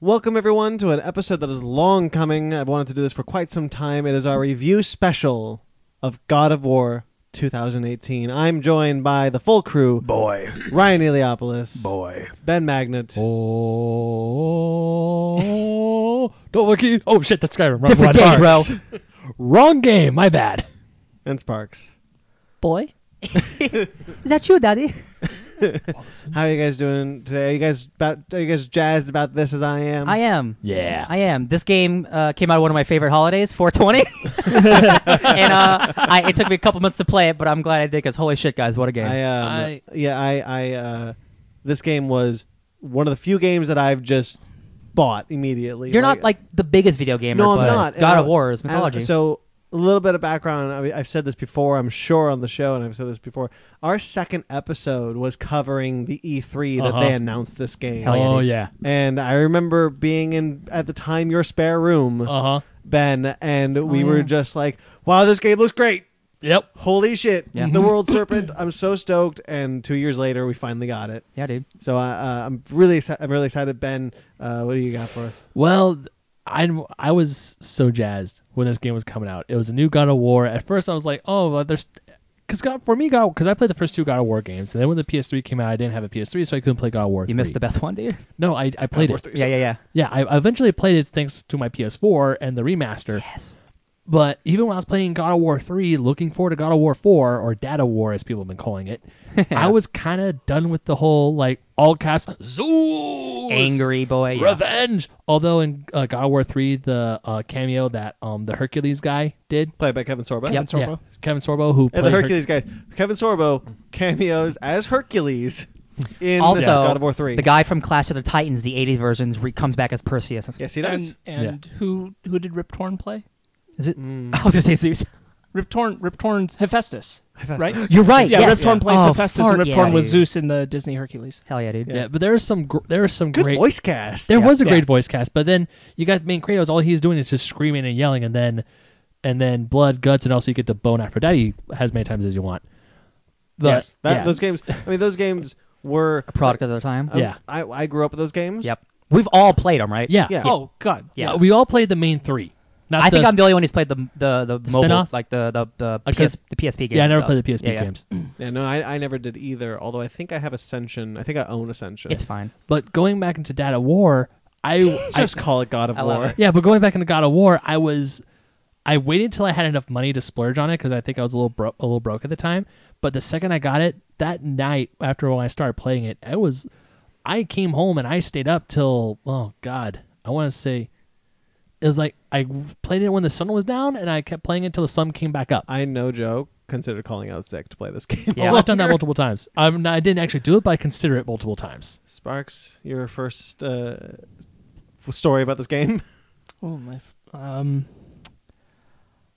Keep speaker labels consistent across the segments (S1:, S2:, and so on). S1: Welcome, everyone, to an episode that is long coming. I've wanted to do this for quite some time. It is our review special of God of War 2018. I'm joined by the full crew
S2: Boy,
S1: Ryan Eliopoulos,
S2: boy.
S1: Ben Magnet,
S2: Oh, don't look at. Oh shit, that's Skyrim. Wrong,
S3: Different
S2: wrong
S3: game,
S2: bars. Wrong game. My bad.
S1: and Sparks.
S3: boy. Is that you, daddy?
S1: How are you guys doing today? Are you guys about, are you guys jazzed about this as I am?
S3: I am.
S2: Yeah.
S3: I am. This game uh, came out of one of my favorite holidays, 420. and uh, I, it took me a couple months to play it, but I'm glad I did because holy shit, guys, what a game.
S1: I, um,
S2: I-
S1: yeah, I, I, uh, this game was one of the few games that I've just bought immediately.
S3: You're not like the biggest video gamer,
S1: no,
S3: but
S1: I'm not.
S3: God
S1: And,
S3: of
S1: uh,
S3: War is
S1: and, uh,
S3: mythology.
S1: So a little bit of background. I mean, I've said this before. I'm sure on the show, and I've said this before. Our second episode was covering the E3 that
S2: Uh-huh.
S1: they announced this game.
S3: Hell yeah,
S2: oh
S3: dude.
S2: yeah.
S1: And I remember being in at the time your spare room,
S3: Uh-huh.
S2: Uh huh.
S1: Ben, and
S2: Oh,
S1: we were
S3: yeah.
S1: just like, "Wow, this game looks great!
S2: Yep.
S1: Holy shit!
S3: Yeah.
S1: The World Serpent! I'm so stoked!" And two years later, we finally got it.
S3: yeah, dude.
S1: So I, uh, I'm really, exci- I'm really excited, Ben. Uh, what do you got for us?
S2: Well, I I was so jazzed when this game was coming out. It was a new God of War. At first, I was like, oh, well, there's. Cause God, for me, God, because I played the first two God of War games, and then when the PS3 came out, I didn't have a PS3, so I couldn't play God of War.
S3: You missed the best one, dude.
S2: No, I, I played it.
S3: Yeah, yeah, yeah.
S2: Yeah, I I eventually played it thanks to my PS4 and the remaster.
S3: Yes.
S2: But even when I was playing God of War 3, looking forward to God of War 4, or Data War as people have been calling it, I was kind of done with the whole, like, all caps, Zeus!
S3: Angry boy. yeah.
S2: Revenge! Although in uh, God of War 3, the uh, cameo that um, the Hercules guy did.
S1: Played by Kevin Sorbo.
S3: Yep.
S2: Yeah, Kevin Sorbo, who
S1: And
S2: played
S1: the
S2: Her-
S1: Hercules guys, Kevin Sorbo cameos as Hercules in
S3: Also,
S1: the God of War three.
S3: the guy from Clash of the Titans, the 80s versions, re- comes back as Perseus.
S1: yes, he does.
S4: And, and who who did Rip Torn play?
S3: Is it? I was going to say Zeus.
S4: Rip Torn Rip Torn's Hephaestus, right?
S3: You're right.
S4: Yeah,
S3: yes.
S4: Rip Torn plays
S3: Oh,
S4: Hephaestus,
S3: fart
S4: and Rip
S3: yeah,
S4: Torn was
S3: dude.
S4: Zeus in the Disney Hercules.
S3: Hell yeah, dude.
S2: yeah, but there is some, gr- there is some
S1: Good
S2: great.
S1: voice cast.
S2: There
S3: Yeah.
S2: was a great
S4: Yeah.
S2: voice cast, but then you got main Kratos. All he's doing is just screaming and yelling, and then and then blood, guts, and also you get to bone Aphrodite as many times as you want. But,
S1: yes, that,
S2: yeah.
S1: those games. I mean, those games were.
S3: A product of their time.
S1: I-
S2: Yeah.
S1: I, I grew up with those games.
S3: Yep. We've all played them, right?
S2: yeah,
S1: Yeah.
S4: Oh God,
S3: Yeah.
S2: Uh, we all played the main three. Not
S3: I
S2: the,
S3: think I'm the only one who's played the the the, mobile,
S2: spin-off?
S3: like the the the,
S2: Okay.
S3: PS, the PSP games.
S2: yeah, I never
S3: and
S2: played
S3: stuff.
S2: the PSP
S3: Yeah, yeah.
S2: games.
S1: Yeah. No, I, I never did either. Although I think I have Ascension. I think I own Ascension.
S3: It's fine.
S2: But going back into Data War, I
S1: just call it God of
S3: I love
S1: War.
S3: it.
S2: Yeah, but going back into God of War, I was I waited till I had enough money to splurge on it because I think I was a little bro- a little broke at the time. But the second I got it that night after when I started playing it, I was I came home and I stayed up till oh god, I want to say it was like I played it when the sun was down and I kept playing it till the sun came back up.
S1: I no joke. Consider calling out sick to play this game.
S3: Yeah.
S2: Oh, I've done that multiple times. I'm not, I didn't actually do it, but I consider it multiple times.
S1: Sparks, your first uh, story about this game.
S4: Oh my. f- Um.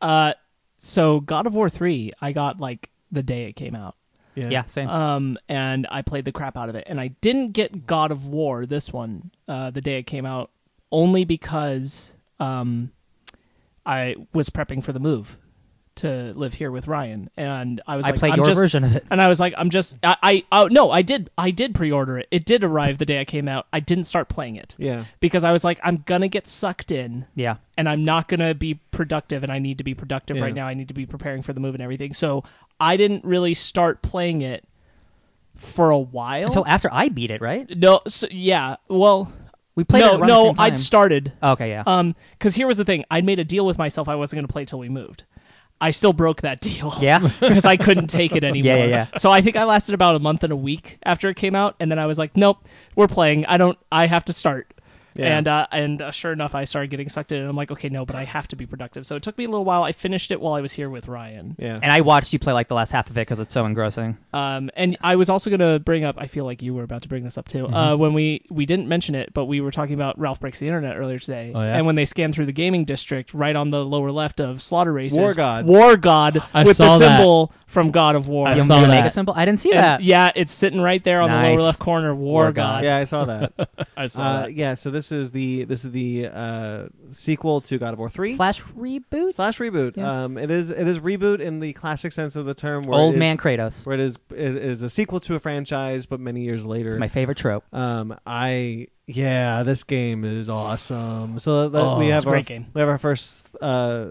S4: Uh, so God of War three, I got like the day it came out.
S1: Yeah.
S3: Yeah, same.
S2: Uh,
S4: Um, and I played the crap out of it, and I didn't get God of War this one uh, the day it came out, only because um, I was prepping for the move to live here with Ryan, and I was
S3: I
S4: like,
S3: played
S4: I'm
S3: your
S4: just,
S3: version of it.
S4: and I was like, I'm just, I, I, oh no, I did, I did pre-order it. It did arrive the day I came out. I didn't start playing it
S1: Yeah.
S4: because I was like, I'm gonna get sucked in
S3: Yeah.
S4: and I'm not going to be productive and I need to be productive
S1: Yeah.
S4: right now. I need to be preparing for the move and everything. So I didn't really start playing it for a while.
S3: Until after I beat it, right?
S4: no, so, yeah. Well,
S3: We played it
S4: no,
S3: around
S4: no,
S3: the same time.
S4: I'd started.
S3: Oh, okay, yeah.
S4: Um, cuz here was the thing. I'd made a deal with myself I wasn't going to play till we moved. I still broke that
S2: Oh.
S4: deal.
S3: yeah.
S4: Because I couldn't take it anymore.
S3: yeah, yeah.
S4: So I think I lasted about a month and a week after it came out, and then I was like, "Nope, we're playing. I don't. I have to start."
S1: Yeah.
S4: And uh, and uh, sure enough, I started getting sucked in, and I'm like, "Okay, no, but I have to be productive." So it took me a little while. I finished it while I was here with Ryan.
S1: Yeah.
S3: And I watched you play like the last half of it because it's so engrossing.
S4: Um, and I was also gonna bring up. I feel like you were about to bring this up too. Uh, when we we didn't mention it, but we were talking about Ralph breaks the internet earlier today.
S2: Oh, yeah?
S4: And when they scan through the gaming district, right on the lower left of Slaughter Races,
S1: War Gods.
S4: War God
S2: I
S4: with the
S2: saw that.
S4: symbol from God of War.
S2: I
S3: the
S2: saw
S3: Omega
S2: that.
S3: symbol. I didn't see
S4: And,
S3: that.
S4: yeah, it's sitting right there on the
S3: Nice.
S4: lower left corner.
S3: War
S4: War, God.
S3: God.
S1: yeah, I saw that.
S2: I saw
S1: Uh, yeah, so this is the this is the uh, sequel to God of War three
S3: Slash reboot.
S1: slash reboot.
S3: Yeah.
S1: Um, it is it is reboot in the classic sense of the term. Where
S3: Old
S1: it is-
S3: man Kratos.
S1: Where it is it is a sequel to a franchise, but many years later.
S3: It's my favorite trope.
S1: um, I yeah, this game is awesome. So that,
S2: Oh,
S1: we
S2: it's
S1: have
S4: a
S1: our
S4: great game.
S1: we have our first uh,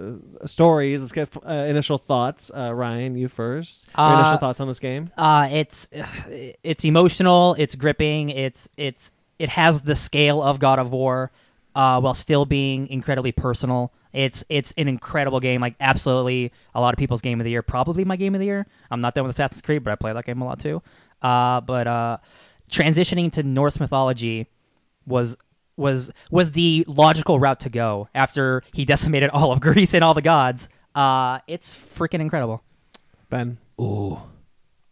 S1: stories. Let's get uh, initial thoughts. Uh, Ryan, you first. Your
S3: Uh,
S1: initial thoughts on this game?
S3: Uh, it's it's emotional. It's gripping. It's it's it has the scale of God of War, uh, while still being incredibly personal. It's it's an incredible game. Like absolutely, a lot of people's game of the year. Probably my game of the year. I'm not done with Assassin's Creed, but I play that game a lot too. Uh, but uh, transitioning to Norse mythology was was was the logical route to go after he decimated all of Greece and all the gods. Uh, it's freaking incredible.
S1: Ben.
S2: Ooh.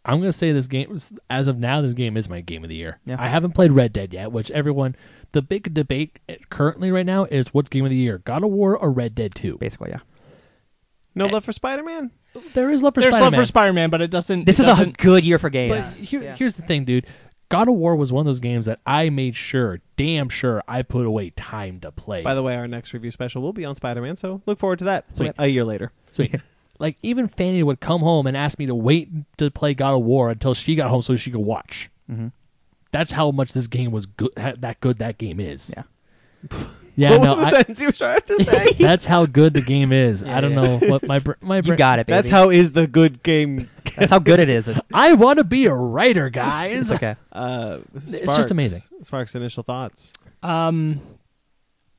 S2: I'm gonna say this game was as of now this game is my game of the year.
S3: Yeah.
S2: I haven't played Red Dead yet, which everyone the big debate currently right now is what's game of the year, God of War or Red Dead Two.
S3: Basically, yeah.
S1: No love for Spider Man.
S2: There is love for
S4: There's
S2: Spider-Man.
S4: love for Spider-Man, but it doesn't.
S3: This
S4: it
S3: is a
S4: doesn't-
S3: good year for games.
S2: But here, here's the thing, dude. God of War was one of those games that I made sure, damn sure, I put away time to play.
S1: By the way, our next review special will be on Spider Man, so look forward to that.
S2: Sweet.
S1: A year later.
S2: Sweet. Like even Fanny would come home and ask me to wait to play God of War until she got home so she could watch.
S3: Mhm.
S2: That's how much this game was good. ha- That good that game is.
S3: Yeah.
S2: yeah.
S1: what
S2: no,
S1: was the
S2: I-
S1: sentence you were trying to say?
S2: that's how good the game is.
S3: Yeah,
S2: I don't
S3: yeah.
S2: know what my br- my
S3: you
S2: brain.
S3: got it, baby.
S1: That's how is the good game.
S3: That's how good it is.
S2: I want to be a writer, guys.
S3: It's okay.
S1: Uh,
S2: just
S1: Sparks-
S2: amazing.
S1: Sparks initial thoughts.
S4: Um,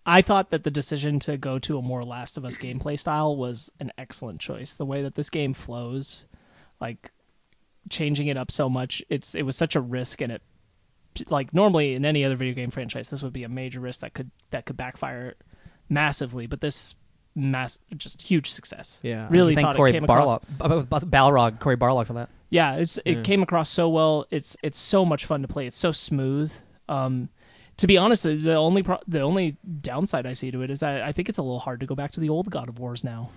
S4: I thought that the decision to go to a more Last of Us gameplay style was an excellent choice. The way that this game flows, like changing it up so much, it's it was such a risk, and it like normally in any other video game franchise, this would be a major risk that could that could backfire massively. But this mass just huge success.
S1: Yeah.
S4: really
S3: thank
S4: thought
S3: Corey
S4: it came across.
S3: Barlog, B- B- Balrog, Corey Barlog for that.
S4: Yeah, it's, it
S1: Yeah.
S4: came across so well. It's it's so much fun to play. It's so smooth. Um, to be honest, the- the only pro- the only downside I see to it is that I think it's a little hard to go back to the old God of Wars now.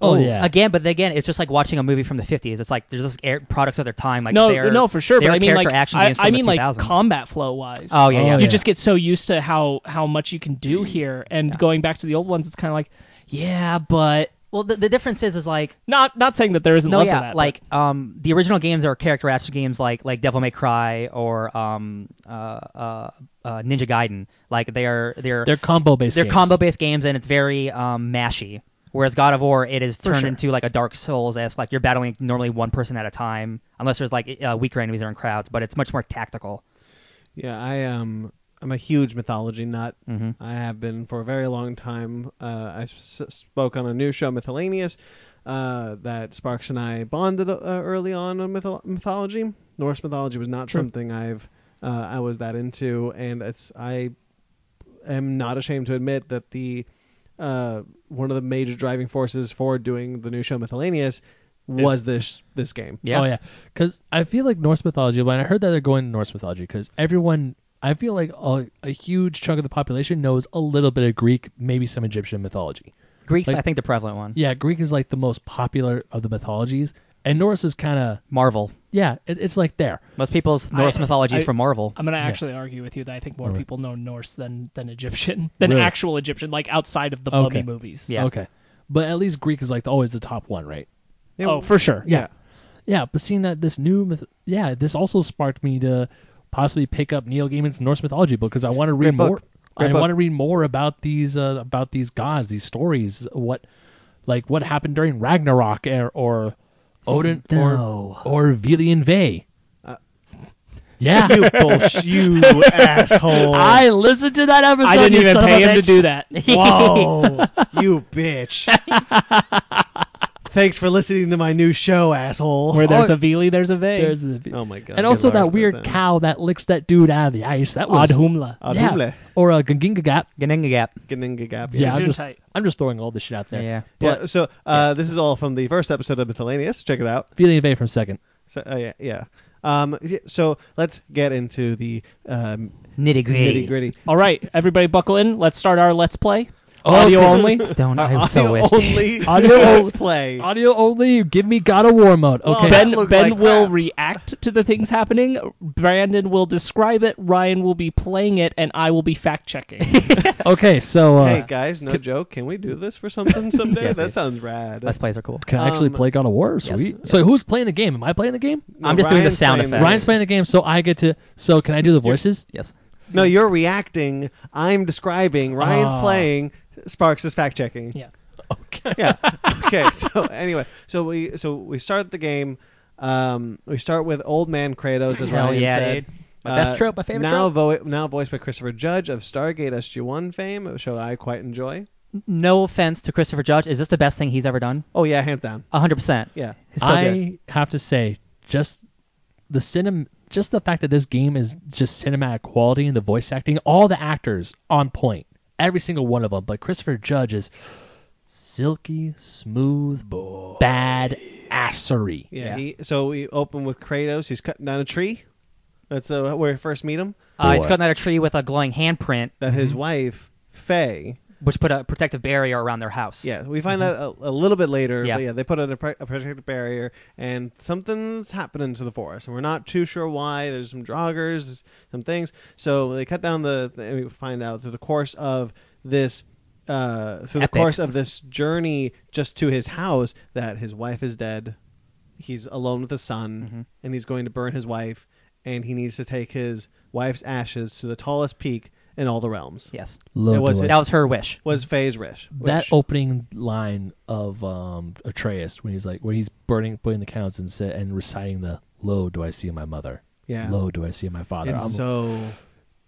S2: Oh, yeah.
S3: Again, but again, it's just like watching a movie from the '50s. It's like there's just air, products of their time. Like
S4: no,
S3: they're,
S4: no, for sure. But
S3: they're
S4: I mean, like
S3: character action
S4: I,
S3: games
S4: I
S3: from the
S4: mean, like
S3: 2000s.
S4: combat flow wise.
S3: Oh yeah,
S2: Oh,
S3: yeah.
S4: you
S2: yeah.
S4: just get so used to how how much you can do here, and going back to the old ones, it's kind of like, yeah, but
S3: Well, the, the difference is, is like
S4: not not saying that there isn't
S3: no,
S4: love
S3: yeah,
S4: for that. but-
S3: like um, the original games are character action games, like like Devil May Cry or um, uh, uh, uh, Ninja Gaiden. Like they are they're
S2: They're combo based.
S3: they're combo based games and it's very um, mashy. Whereas God of War, it is turned
S4: sure.
S3: into like a Dark Souls esque. Like you're battling normally one person at a time, unless there's like uh, weaker enemies or in crowds. But it's much more tactical.
S1: Yeah, I um, I'm a huge mythology nut.
S3: Mm-hmm.
S1: I have been for a very long time. Uh, I s- spoke on a new show, Mythalanius, uh, that Sparks and I bonded uh, early on on mytho- mythology. Norse mythology was not
S4: True.
S1: something I've uh, I was that into, and it's I am not ashamed to admit that the uh, one of the major driving forces for doing the new show Mythalanius was this this game.
S3: Yeah.
S2: Oh yeah, because I feel like Norse mythology. When I heard that they're going to Norse mythology, because everyone, I feel like a, a huge chunk of the population knows a little bit of Greek, maybe some Egyptian mythology.
S3: Greeks,
S2: Like-
S3: I think, the prevalent one.
S2: Yeah, Greek is like the most popular of the mythologies, and Norse is kind of
S3: Marvel.
S2: yeah, it, it's like there.
S3: Most people's Norse mythology is
S4: I-
S3: from Marvel.
S4: I'm gonna actually argue with you that I think more
S2: Alright.
S4: people know Norse than than Egyptian than
S2: Really?
S4: actual Egyptian, like outside of the
S2: Okay.
S4: mummy movies.
S3: Yeah.
S2: Okay, but at least Greek is like always the top one, right?
S4: Oh, for sure.
S2: Yeah. Yeah, but seeing that this new myth, yeah, this also sparked me to possibly pick up Neil Gaiman's Norse mythology book because I want to read
S1: Great book.
S2: more.
S1: Great
S2: I
S1: book.
S2: want to read more about these uh, about these gods, these stories. What like what happened during Ragnarok or, or Odin
S3: Snow.
S2: or or Velian Ve?
S1: Uh,
S2: yeah,
S1: you bullsh, you asshole.
S2: I listened to that episode.
S4: I didn't
S2: you
S4: even
S2: son of a
S4: pay him to
S2: bitch.
S4: do that.
S1: Whoa, Oh, you bitch. Thanks for listening to my new show, asshole.
S4: Where there's
S2: Oh.
S4: a Vili, there's a Ve.
S2: There's the-
S1: oh my god.
S2: and also that weird cow that licks that dude out of the ice. That was
S4: Adhumla.
S2: yeah.
S1: Adhumle.
S2: or a Ganginga Gap.
S3: Ganinga Gap.
S1: Gninga Gap.
S2: Yeah, I'm
S4: Gesundheit.
S2: just, I'm just throwing all this shit out there.
S3: Yeah.
S1: Yeah, so uh, this is all from the first episode of Miscellaneous. Check it out.
S2: Velian Ve from second.
S1: So, uh, yeah, yeah. Um, y- so let's get into the um,
S3: Nitty
S1: nitty
S3: gritty.
S1: gritty.
S4: All right, everybody buckle in. Let's start our Let's Play.
S2: Oh,
S4: Audio only.
S3: Don't. I
S1: Our
S3: so
S1: audio
S3: wish.
S1: only.
S4: Audio-
S1: Let's play.
S2: Audio only. Give me God of War mode.
S1: Well,
S2: Okay.
S1: that
S4: Ben,
S1: looked
S4: ben
S1: like
S4: will
S1: crap.
S4: react to the things happening. Brandon will describe it. Ryan will be playing it, and I will be fact checking.
S2: okay. So uh,
S1: Hey guys, no joke. Can we do this for something someday?
S3: Yes,
S1: that
S3: yes.
S1: sounds rad.
S3: Let's plays are cool.
S2: can I actually
S1: um,
S2: play God of War? Sweet.
S3: yes,
S2: So who's playing the game? Am I playing the game?
S1: No,
S3: I'm just doing the
S1: Ryan's
S3: sound
S1: playing
S3: effects.
S2: Ryan's playing the game, so I get to. So can I do the voices?
S3: Yes.
S1: No, you're reacting. I'm describing. Ryan's
S2: Ah.
S1: playing. Sparks is fact checking.
S4: Yeah.
S2: Okay.
S1: yeah. Okay. So anyway, so we so we start the game. Um, we start with old man Kratos as
S3: Hell
S1: Ryan
S3: yeah,
S1: said. uh,
S3: dude. My best trope, my favorite
S1: now Vo- now voiced by Christopher Judge of Stargate SG-1 fame, a show I quite enjoy.
S3: No offense to Christopher Judge, is this the best thing he's ever done?
S1: Oh yeah, hands down.
S3: hundred percent.
S1: Yeah.
S3: It's so
S2: I
S3: good.
S2: have to say, just the cinem, just the fact that this game is just cinematic quality and the voice acting, all the actors on point, every single one of them. But Christopher Judge is silky, smooth, bad assery.
S1: Yeah.
S3: Yeah.
S1: He, so we open with Kratos. He's cutting down a tree. That's uh, where we first meet him.
S3: Uh, he's
S2: Boy.
S3: cutting out a tree with a glowing handprint,
S1: That his wife Faye.
S3: which put a protective barrier around their house.
S1: Yeah, we find that a, a little bit later.
S3: Mm-hmm. Yeah.
S1: But yeah, they put in a, pre- a protective barrier, and something's happening to the forest, and we're not too sure why. There's some joggers, some things. So they cut down the. And we find out through the course of this, uh, through
S3: Epic.
S1: the course of this journey, just to his house, that his wife is dead. He's alone with the son,
S3: Mm-hmm.
S1: and he's going to burn his wife, and he needs to take his wife's ashes to the tallest peak in all the realms.
S3: Yes.
S2: Low
S1: It was-
S2: blow.
S1: Yes.
S3: That was her wish.
S1: Was Faye's wish?
S2: that
S1: which-
S2: opening line of um, Atreus when he's like when he's burning putting the counts and sa- and reciting the "Lo, do I see my mother?
S1: Yeah.
S2: Lo, do I see my father?"
S1: It's
S2: I'm-
S1: so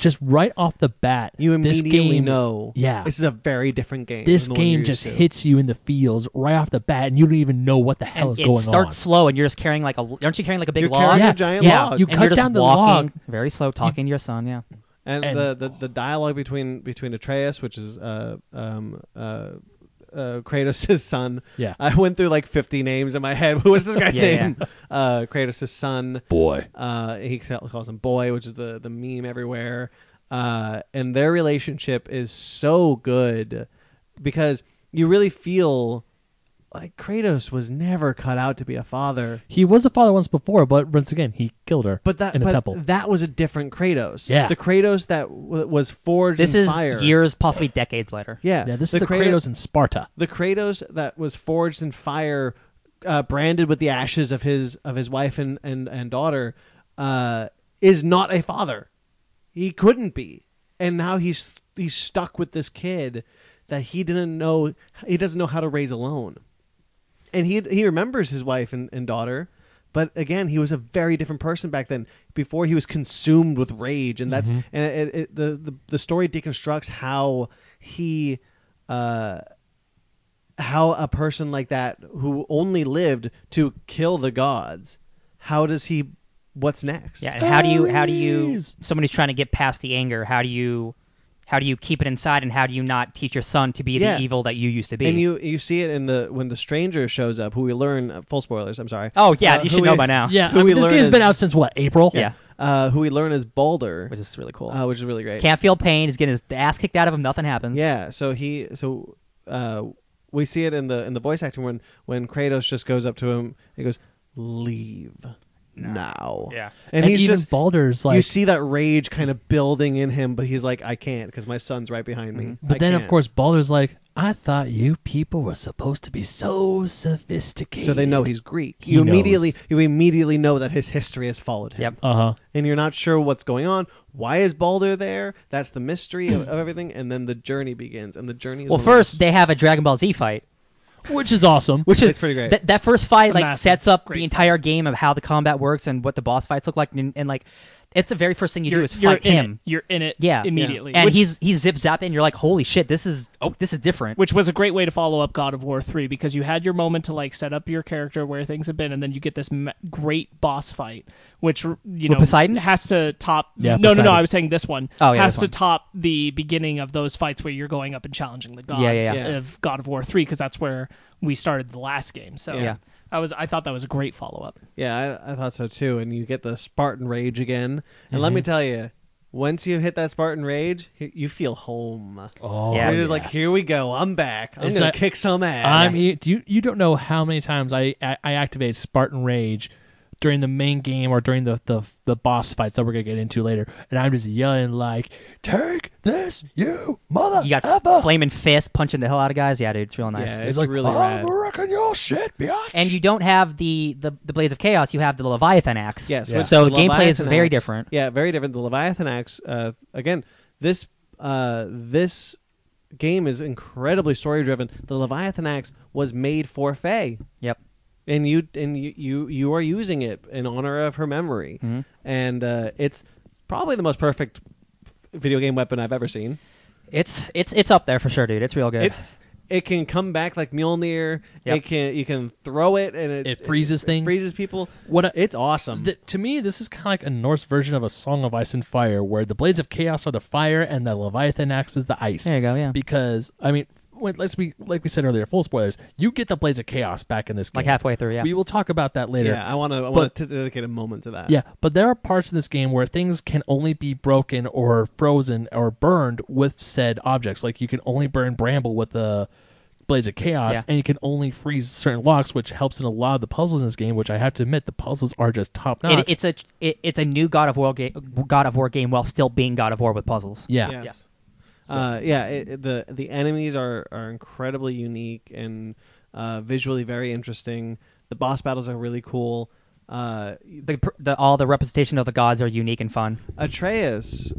S2: just right off the bat,
S1: you
S2: this
S1: immediately
S2: game,
S1: know
S2: Yeah.
S1: this is a very different game
S2: This
S1: than the one you're
S2: game
S1: used
S2: just
S1: to.
S2: hits you in the feels right off the bat, and you don't even know what the hell
S3: And
S2: is
S3: it
S2: going
S3: starts
S2: on.
S3: slow, and you're just carrying like a. Aren't you carrying like a big
S1: You're
S3: log?
S1: carrying
S2: Yeah,
S1: a giant
S2: yeah,
S1: log
S2: you
S3: and
S2: cut
S3: you're just
S2: down the
S3: walking very slow, talking to your son. Yeah.
S1: and,
S2: and-
S1: the, the the dialogue between between atreus which is uh um uh uh, Kratos' son.
S2: Yeah.
S1: I went through like 50 names in my head. What was this guy's
S3: Yeah, yeah.
S1: name? Uh, Kratos' son.
S2: boy.
S1: Uh, he ca- calls him boy, which is the, the meme everywhere. Uh, and their relationship is so good because you really feel like Kratos was never cut out to be a father.
S2: He was a father once before, but once again, he killed her.
S1: But that
S2: in a
S1: but
S2: temple.
S1: that was a different Kratos.
S2: Yeah.
S1: the Kratos that w- was forged.
S3: This
S1: in
S3: is
S1: fire.
S3: years, possibly decades later.
S1: Yeah,
S2: yeah, this is the Kratos in Sparta.
S1: The Kratos that was forged in fire, uh, branded with the ashes of his of his wife and and and daughter, uh, is not a father. He couldn't be, and now he's he's stuck with this kid that he didn't know. He doesn't know how to raise alone, and he he remembers his wife and, and daughter. But again, he was a very different person back then. Before he was consumed with rage, and that's
S3: Mm-hmm.
S1: and it, it, the, the the story deconstructs how he uh, how a person like that who only lived to kill the gods how does he what's next
S3: Yeah. And how do you? How do you?
S2: Aries.
S3: Someone who's trying to get past the anger. How do you? How do you keep it inside, and how do you not teach your son to be
S1: Yeah.
S3: the evil that you used to be?
S1: and you you see it in the when the stranger shows up who we learn uh, full spoilers i'm sorry
S3: oh yeah,
S1: Uh,
S3: you
S1: who
S3: should know
S1: we-
S3: by now.
S2: Yeah,
S1: Who
S2: I
S1: we
S2: mean, this
S1: learn
S2: game has been
S1: is-
S2: out since what April.
S3: Yeah.
S1: uh, who we learn is boulder
S3: Which is really cool.
S1: uh, which is really great
S3: Can't feel pain. He's getting his ass kicked out of him. Nothing happens.
S1: Yeah, so he so uh, we see it in the in the voice acting when when Kratos just goes up to him and he goes, "Leave now."
S3: Yeah.
S1: and,
S2: And
S1: he's
S2: even
S1: just
S2: Baldur's like-
S1: you see that rage kind of building in him, but he's like, "I can't because my son's right behind me."
S2: Mm-hmm. But
S1: I
S2: then, of
S1: can't."
S2: course, Baldur's like, I thought you people were supposed to be so sophisticated.
S1: so they know he's Greek.
S2: He
S1: you
S2: knows.
S1: immediately you immediately know that his history has followed him.
S3: Yep. Uh-huh.
S2: Uh huh.
S1: and you're not sure what's going on. Why is Balder there? That's the mystery of, of everything, and then the journey begins. And the journey. Is
S3: Well,
S1: one of the
S3: first they have a Dragon Ball Z fight,
S2: Which is awesome.
S3: which is
S1: It's pretty great.
S3: That, that first fight
S4: It's a
S3: like
S4: massive,
S3: sets up the
S4: great
S3: entire game of how the combat works and what the boss fights look like, and, and like it's the very first thing you do
S4: You're,
S3: is fight
S4: you're in
S3: him.
S4: it. You're in it
S3: Yeah,
S4: immediately.
S3: and
S4: which,
S3: he's he's zip zapping. and You're like, holy shit, this is oh, this is different.
S4: which was a great way to follow up God of War 3 because you had your moment to like set up your character where things have been and then you get this ma- great boss fight which you know
S3: Poseidon?
S4: has to top
S2: Yeah,
S4: No, no, no,
S2: Poseidon.
S4: I was saying this one
S3: Oh, yeah,
S4: has
S3: this
S4: to
S3: one.
S4: top the beginning of those fights where you're going up and challenging the gods
S3: Yeah, yeah,
S1: yeah.
S4: of God of War 3 because that's where we started the last game. So
S1: Yeah.
S4: I was I thought that was a great follow up.
S1: Yeah, I, I thought so too. And you get the Spartan rage again. And let
S3: Mm-hmm.
S1: me tell you, once you hit that Spartan rage, y- you feel home.
S2: Oh,
S3: Yeah.
S1: You're just like, here we go. I'm back. I'm
S2: It's
S1: gonna
S2: like-
S1: kick some ass.
S2: e-, I'm. You, do you, you don't know how many times I, I I activate Spartan Rage during the main game or during the, the the boss fights that we're gonna get into later, and I'm just yelling like, "Take this, you mother!"
S3: You got
S4: Ah,
S3: flaming fist punching the hell out of guys. Yeah, dude, it's "Oh, real nice.
S1: Yeah,
S2: It's
S1: it's,
S2: like,
S1: really rad.
S2: wrecking your shit, biatch.
S3: and you don't have the, the the blades of chaos. You have the Leviathan axe.
S1: Yes.
S2: Yeah.
S1: which
S3: So
S1: the
S3: the gameplay is
S1: Leviathan
S3: very
S1: axe-
S3: different.
S1: Yeah, very different. The Leviathan axe. Uh, again, this uh, this game is incredibly story driven. The Leviathan axe was made for Faye,
S3: Yep.
S1: and you and you you, you are using it in honor of her memory,
S2: Mm-hmm.
S1: and uh, it's probably the most perfect video game weapon I've ever seen.
S3: It's it's it's up there for sure, dude. It's real good.
S1: It's it can come back like Mjolnir.
S3: Yep.
S1: It can you can throw it and it,
S2: It freezes things.
S1: freezes people.
S2: What I-
S1: it's awesome.
S2: Th- to me, this is kind of like a Norse version of a Song of Ice and Fire, where the blades of chaos are the fire and the Leviathan axe is the ice.
S3: There you go, yeah.
S2: Because I mean, when, let's be like we said earlier, full spoilers. You get the blades of chaos back in this game.
S3: like halfway through. Yeah.
S2: We will talk about that later.
S1: yeah, I want to I want
S2: But-
S1: to dedicate a moment to that.
S2: Yeah, but there are parts of this game where things can only be broken or frozen or burned with said objects. Like you can only burn bramble with the blades of chaos,
S3: Yeah.
S2: and you can only freeze certain locks, which helps in a lot of the puzzles in this game. Which I have to admit, the puzzles are just top notch.
S3: It, it's a it, it's a new God of War game, God of War game, while still being God of War with puzzles.
S2: yeah.
S1: Yes. Uh, yeah, it, it- the the enemies are, are incredibly unique and uh, visually very interesting. The boss battles are really cool. Uh,
S3: The, pr- the all the representation of the gods are unique and fun.
S1: Atreus,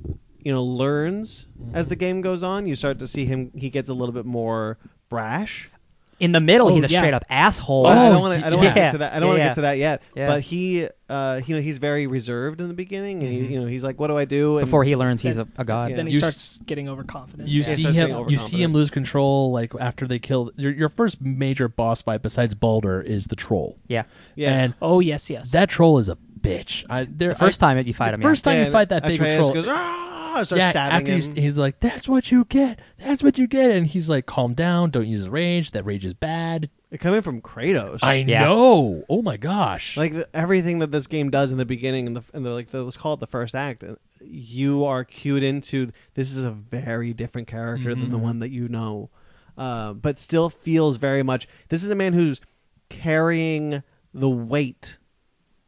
S1: you know, learns as
S2: Mm-hmm.
S1: the game goes on. You start to see him; he gets a little bit more brash.
S3: In the middle,
S2: Oh,
S3: he's a
S2: yeah.
S3: straight up asshole.
S1: I
S2: Oh,
S1: don't want to. I don't want to
S3: yeah.
S1: get to that. I don't
S3: Yeah,
S1: want to
S3: yeah.
S1: get to that yet.
S3: Yeah.
S1: But he, uh, you know, he's very reserved in the beginning, and
S2: Mm-hmm.
S1: he, you know, he's like, "What do I do?"
S2: Oh.
S1: And
S3: Before he learns he's a, a god.
S1: Yeah.
S4: Then he
S2: You
S4: starts getting overconfident.
S2: You
S1: Yeah, it
S2: see
S1: starts
S2: him.
S1: getting
S2: You see him
S1: overconfident.
S2: lose control. Like after they kill your, your first major boss fight, besides Balder, is the troll.
S3: Yeah.
S1: Yes.
S2: And
S4: oh yes, yes.
S2: that troll is a bitch. I, there,
S3: The first
S2: I,
S3: time that you fight
S2: the
S3: him,
S2: first time
S1: Yeah,
S2: you fight that big
S1: Atreus
S2: troll,
S1: goes, "Ah!" and starts
S2: yeah,
S1: stabbing
S2: after
S1: him.
S2: He's, he's like, "That's what you get. That's what you get," and he's like, "Calm down. Don't use rage. That rage is bad."
S1: Coming from Kratos,
S2: I
S3: Yeah.
S2: know. Oh my gosh.
S1: like the, everything that this game does in the beginning and the, and the like the, let's call it the first act uh, you are cued into this is a very different character than the one that you know uh, but still feels very much this is a man who's carrying the weight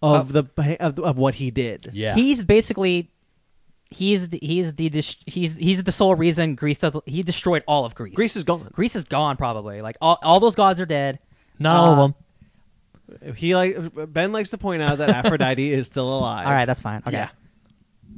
S1: of the of, of what he did
S2: yeah.
S3: he's basically he's the, he's the dis- he's he's the sole reason Greece does, he destroyed all of Greece.
S1: Greece is gone.
S3: Greece is gone probably. Like all, all those gods are dead.
S2: Not all of
S1: uh,
S2: them.
S1: He like Ben likes to point out that Aphrodite is still alive.
S3: All right, that's fine. Okay.
S2: Yeah.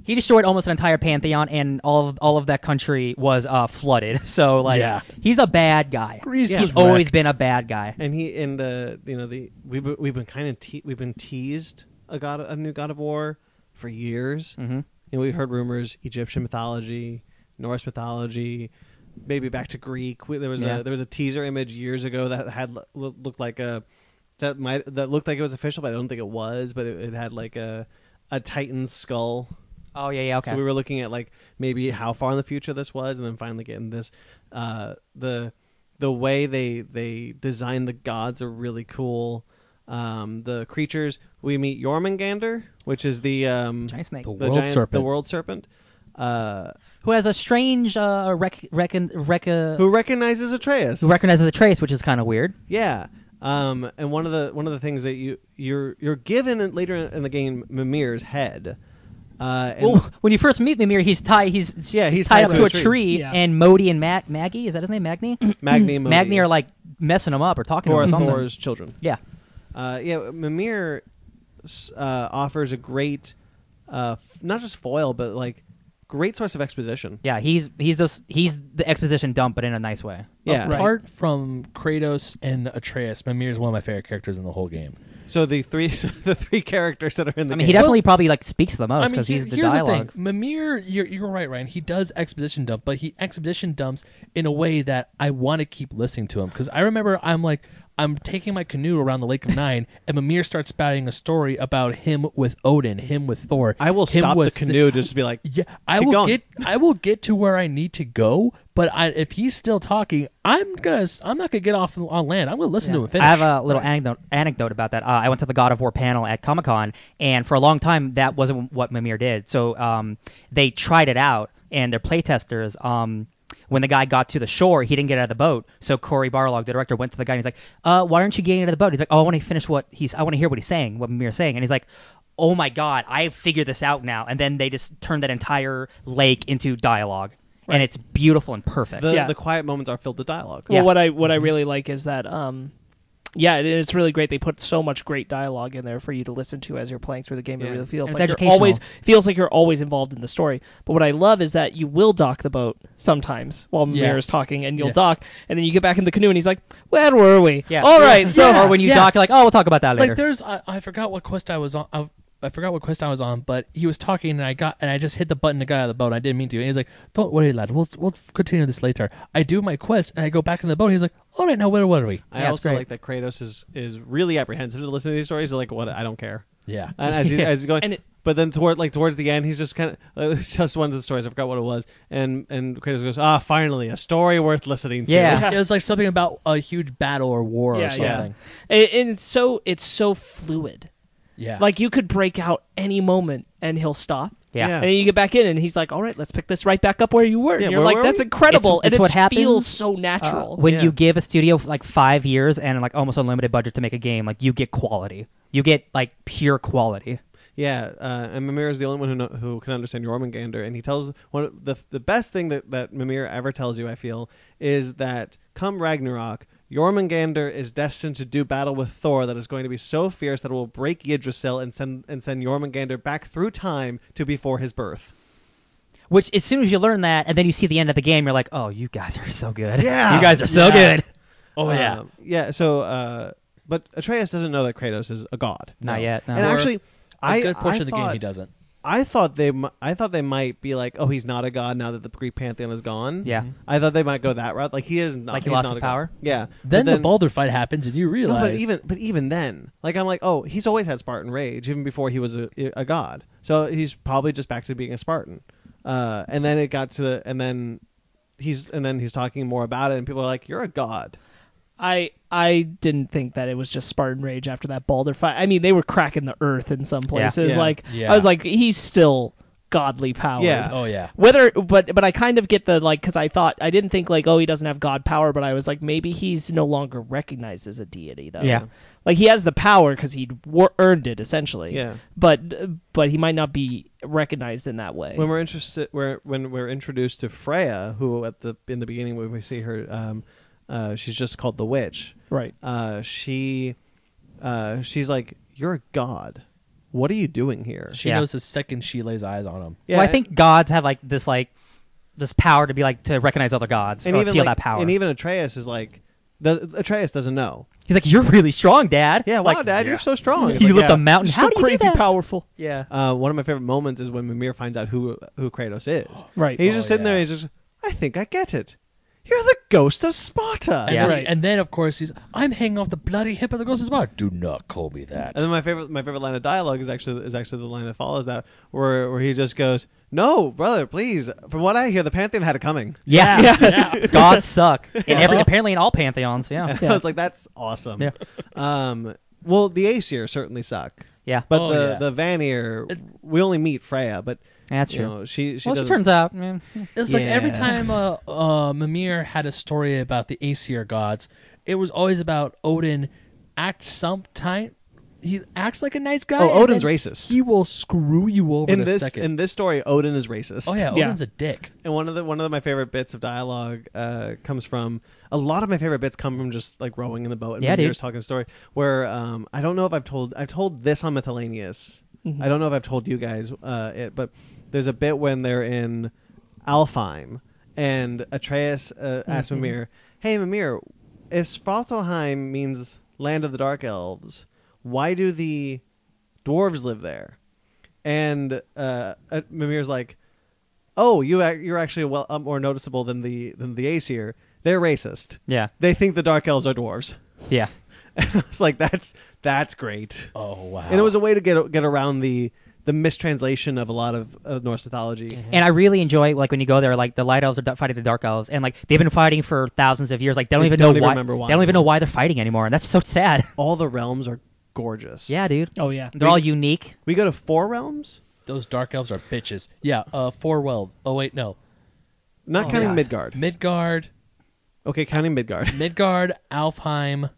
S3: He destroyed almost an entire pantheon and all of all of that country was uh, flooded. So like
S2: Yeah.
S3: he's a bad guy.
S2: Greece
S3: he's
S2: was
S3: always
S2: wrecked.
S3: been a bad guy.
S1: and he and uh, you know the we've been- we've been kind of te- we've been teased a god a new God of War for years. Mm-hmm. You know, we've heard rumors Egyptian mythology, Norse mythology, maybe back to Greek. We, there was
S3: Yeah.
S1: a there was a teaser image years ago that had lo- lo- looked like a that might that looked like it was official, but I don't think it was. But it, it had like a a Titan skull.
S3: Oh yeah, yeah, okay.
S1: So we were looking at like maybe how far in the future this was, and then finally getting this. Uh, the the way they they design the gods are really cool. Um, the creatures we meet Jormungandr, which is the um,
S3: Giant snake.
S2: The
S1: the
S2: world
S1: giant- the
S2: serpent.
S1: world serpent, uh,
S3: Who has a strange uh rec- reckon recca-
S1: who recognizes Atreus.
S3: who recognizes a trace, which is kind of weird.
S1: Yeah. Um, and one of the one of the things that you you're you're given in- later in the game Mimir's head. Uh, and
S3: Well, when you first meet Mimir, he's tied. He's
S1: Yeah,
S3: he's,
S1: he's
S3: tied, up to a tree,
S4: Yeah.
S3: and Modi and Mag- Maggie is that his name? Magni,
S1: Magni and
S3: Magni
S1: Modi,
S3: are like messing him up or talking
S1: who
S3: to
S1: are
S3: him. or something.
S1: Thor's children.
S3: Yeah,
S1: Uh, yeah, Mimir s- uh, offers a great, uh, f- not just foil, but like great source of exposition.
S3: yeah. He's he's just he's the exposition dump, but in a nice way.
S1: Yeah.
S4: Right.
S2: Apart from Kratos and Atreus, Mimir is one of my favorite characters in the whole game.
S1: So the three, so the three characters that are in the
S3: I mean, he
S1: game.
S3: definitely probably like speaks the most because
S2: here-
S3: he's the
S2: here's
S3: dialogue.
S2: thing. Mimir, you're, you're right, Ryan. He does exposition dump, but he exposition dumps in a way that I want to keep listening to him because I remember I'm like I'm taking my canoe around the Lake of Nine, and Mimir starts spouting a story about him with Odin, him with Thor.
S1: I will
S2: him
S1: stop the
S2: with Sa-
S1: canoe just to be like,
S2: yeah, I
S1: Keep
S2: will
S1: going.
S2: get I will get to where I need to go, but I, if he's still talking, I'm gonna s- I'm not gonna get off on land. I'm gonna listen to him finish.
S3: I have a little anecdote, anecdote about that. Uh, I went to the God of War panel at Comic Con, and for a long time, that wasn't what Mimir did. So um, they tried it out, and their playtesters um, when the guy got to the shore, he didn't get out of the boat. So Corey Barlog, the director, went to the guy and he's like, uh, "Why aren't you getting out of the boat?" He's like, "Oh, I want to finish what he's. I want to hear what he's saying, what Mimir's saying." And he's like, "Oh my god, I figured this out now." And then they just turned that entire lake into dialogue, and it's beautiful and perfect.
S1: The,
S4: Yeah.
S1: the quiet moments are filled with dialogue.
S4: Well,
S3: Yeah.
S4: what I what I really like is that, um, yeah, it, it's really great. They put so much great dialogue in there for you to listen to as you're playing through the game.
S1: Yeah.
S4: It really feels
S3: And it's
S4: like you're
S3: educational.
S4: always feels like you're always involved in the story. But what I love is that you will dock the boat sometimes while Mimir
S2: Yeah.
S4: is talking, and you'll
S2: Yeah.
S4: dock, and then you get back in the canoe, and he's like, "Where were we?
S3: yeah.
S4: All right, so."
S3: or when you
S2: yeah.
S3: dock, you're like, "Oh, we'll talk about that later."
S2: Like there's I, I forgot what quest I was on. I, I forgot what quest I was on, but he was talking and I got and I just hit the button to get out of the boat. I didn't mean to. And he's like, "Don't worry, lad. We'll we'll continue this later." I do my quest and I go back in the boat. He's like, "All right, now where were we?"
S1: I
S3: Yeah, it's
S1: also
S3: great.
S1: like that Kratos is is really apprehensive to listen to these stories. They're like, what? I don't care.
S2: Yeah,
S1: And as he's, as he's going,
S4: And it-
S1: but then toward like towards the end, he's just kind of uh, just one of the stories. I forgot what it was. And and Kratos goes, ah, finally a story worth listening to.
S3: Yeah.
S2: it was like something about a huge battle or war or
S4: Yeah, yeah.
S2: something.
S4: And- and it's so it's so fluid.
S2: Yeah,
S4: Like you could break out any moment, and he'll stop.
S3: yeah.
S1: Yeah.
S4: And then you get back in, and he's like, "All right, let's pick this right back up where you were."
S1: Yeah,
S4: and you're
S1: where
S4: like,
S1: were
S4: "That's
S1: we?"
S4: incredible!"
S3: It's- it's
S4: and it
S3: what happens,
S4: feels so
S3: Uh,
S4: natural.
S3: when
S1: Yeah.
S3: you give a studio like five years and like almost unlimited budget to make a game, like you get quality. You get like pure quality.
S1: Yeah, uh, and Mimir is the only one who, know, who can understand Jormungandr, and he tells one of the the best thing that that Mimir ever tells you. I feel is that come Ragnarok, Jormungandr is destined to do battle with Thor that is going to be so fierce that it will break Yggdrasil and send and send Jormungandr back through time to before his birth.
S3: Which as soon as you learn that, and then you see the end of the game, you're like, oh, you guys are so good.
S1: Yeah.
S3: you guys are so
S2: Yeah.
S3: good.
S2: oh yeah,
S1: Um, yeah. So, uh, but Atreus doesn't know that Kratos is a god.
S3: Not
S2: No.
S3: yet. No.
S1: and
S2: Or
S1: actually, I
S2: a good
S1: I
S2: portion of the game
S1: thought-
S2: he doesn't.
S1: I thought they mi- I thought they might be like, oh, he's not a god now that the Greek pantheon is gone.
S3: yeah.
S2: Mm-hmm.
S1: I thought they might go that route. Like he is not.
S3: Like he
S1: he's
S3: lost
S1: not
S3: his
S1: a god.
S3: power?
S1: Yeah. But
S2: Then, the Balder fight happens and you
S1: No,
S2: realize
S1: but even but even then, like I'm like, oh, he's always had Spartan rage even before he was a, a god. So he's probably just back to being a Spartan. Uh, and then it got to and then he's and then he's talking more about it, and people are like, you're a god.
S4: I I didn't think that it was just Spartan Rage after that Balder fight. I mean, they were cracking the earth in some places.
S1: Yeah.
S4: Like
S2: Yeah.
S4: I was like, he's still godly powered.
S1: Yeah.
S2: oh yeah,
S4: Whether, but but I kind of get the like because I thought I didn't think like oh he doesn't have god power, but I was like maybe he's no longer recognized as a deity though.
S3: Yeah.
S4: Like he has the power because he wor- earned it essentially.
S1: Yeah.
S4: But but he might not be recognized in that way.
S1: When we're interested, we're, when we're introduced to Freya, who at the in the beginning when we see her, um, uh, she's just called the witch.
S4: right.
S1: Uh, she, uh, she's like, "You're a god. What are you doing here?"
S2: she
S3: Yeah.
S2: knows the second she lays eyes on him.
S1: Yeah,
S3: Well, I
S1: and-
S3: think gods have like this like this power to be like to recognize other gods
S1: and
S3: or
S1: even
S3: feel
S1: like-
S3: that power.
S1: And even Atreus is like, the, Atreus doesn't know.
S3: He's like, you're really strong, Dad.
S1: Yeah,
S3: like,
S1: wow, Dad, you're so strong. He's
S3: You
S1: like,
S3: lift
S1: yeah.
S3: a mountain.
S4: so
S3: How do you do
S4: crazy
S3: that?
S4: powerful.
S3: Yeah.
S1: Uh, one of my favorite moments is when Mimir finds out who who Kratos is.
S4: Right.
S1: He's
S2: Oh,
S1: just sitting there.
S2: yeah.
S1: He's just, I think I get it. You're the ghost of Sparta.
S2: And
S3: Yeah.
S2: then,
S4: Right.
S2: and then of course he's I'm hanging off the bloody hip of the girl's bar. Do not call me that.
S1: And then my favorite my favorite line of dialogue is actually is actually the line that follows that where where he just goes, "No, brother, please. From what I hear, the Pantheon had it coming."
S3: Yeah.
S2: yeah.
S3: gods suck. In every, apparently in all pantheons. Yeah.
S1: I was like, "That's awesome."
S3: Yeah.
S1: Um, well, the Aesir certainly suck,
S3: Yeah.
S1: but
S2: Oh,
S1: the
S2: yeah.
S1: the Vanir, we only meet Freya, but
S3: That's
S1: you
S3: true.
S1: know, she she
S3: well, she
S1: doesn't-
S3: turns out. mm,
S2: It's like every
S1: Yeah.
S2: time uh, uh, Mimir had a story about the Aesir gods, it was always about Odin acts some time. He acts like a nice guy.
S1: Oh,
S2: and
S1: Odin's
S2: then
S1: racist.
S2: He will screw you over
S1: in
S2: in a
S1: this
S2: second.
S1: in this story, Odin is racist.
S2: oh yeah,
S4: Yeah.
S2: Odin's a dick.
S1: And one of the one of my favorite bits of dialogue uh, comes from a lot of my favorite bits come from just like rowing in the boat and
S3: Yeah,
S1: Mimir's
S3: dude.
S1: talking story. Where um, I don't know if I've told I've told this on Miscellaneous. I don't know if I've told you guys uh, it, but there's a bit when they're in Alfheim and Atreus uh, asks Mimir, "Hey Mimir, if Svartalheim means land of the dark elves, why do the dwarves live there?" And uh, uh, Mimir's like, "Oh, you ac- you're actually well uh, more noticeable than the than the Aesir. They're racist.
S3: Yeah.
S1: They think the dark elves are dwarves."
S3: Yeah.
S1: it's like that's that's great,
S2: Oh wow.
S1: and it was a way to get get around the the mistranslation of a lot of, of Norse mythology.
S2: Mm-hmm.
S3: And I really enjoy like when you go there, like the light elves are d- fighting the dark elves, and like they've been fighting for thousands of years. Like they don't
S1: They
S3: even
S1: don't
S3: know
S1: even
S3: why,
S1: remember why.
S3: They don't even know why they're fighting anymore, and that's so sad.
S1: All the realms are gorgeous.
S3: yeah, dude.
S4: Oh yeah.
S3: They're all unique.
S1: we go to four realms.
S2: Those dark elves are bitches. Yeah. Uh, Forwell. Oh wait, no.
S1: Not
S2: Oh,
S1: counting
S2: God.
S1: Midgard.
S2: Midgard,
S1: Okay, counting Midgard.
S2: Midgard, Alfheim,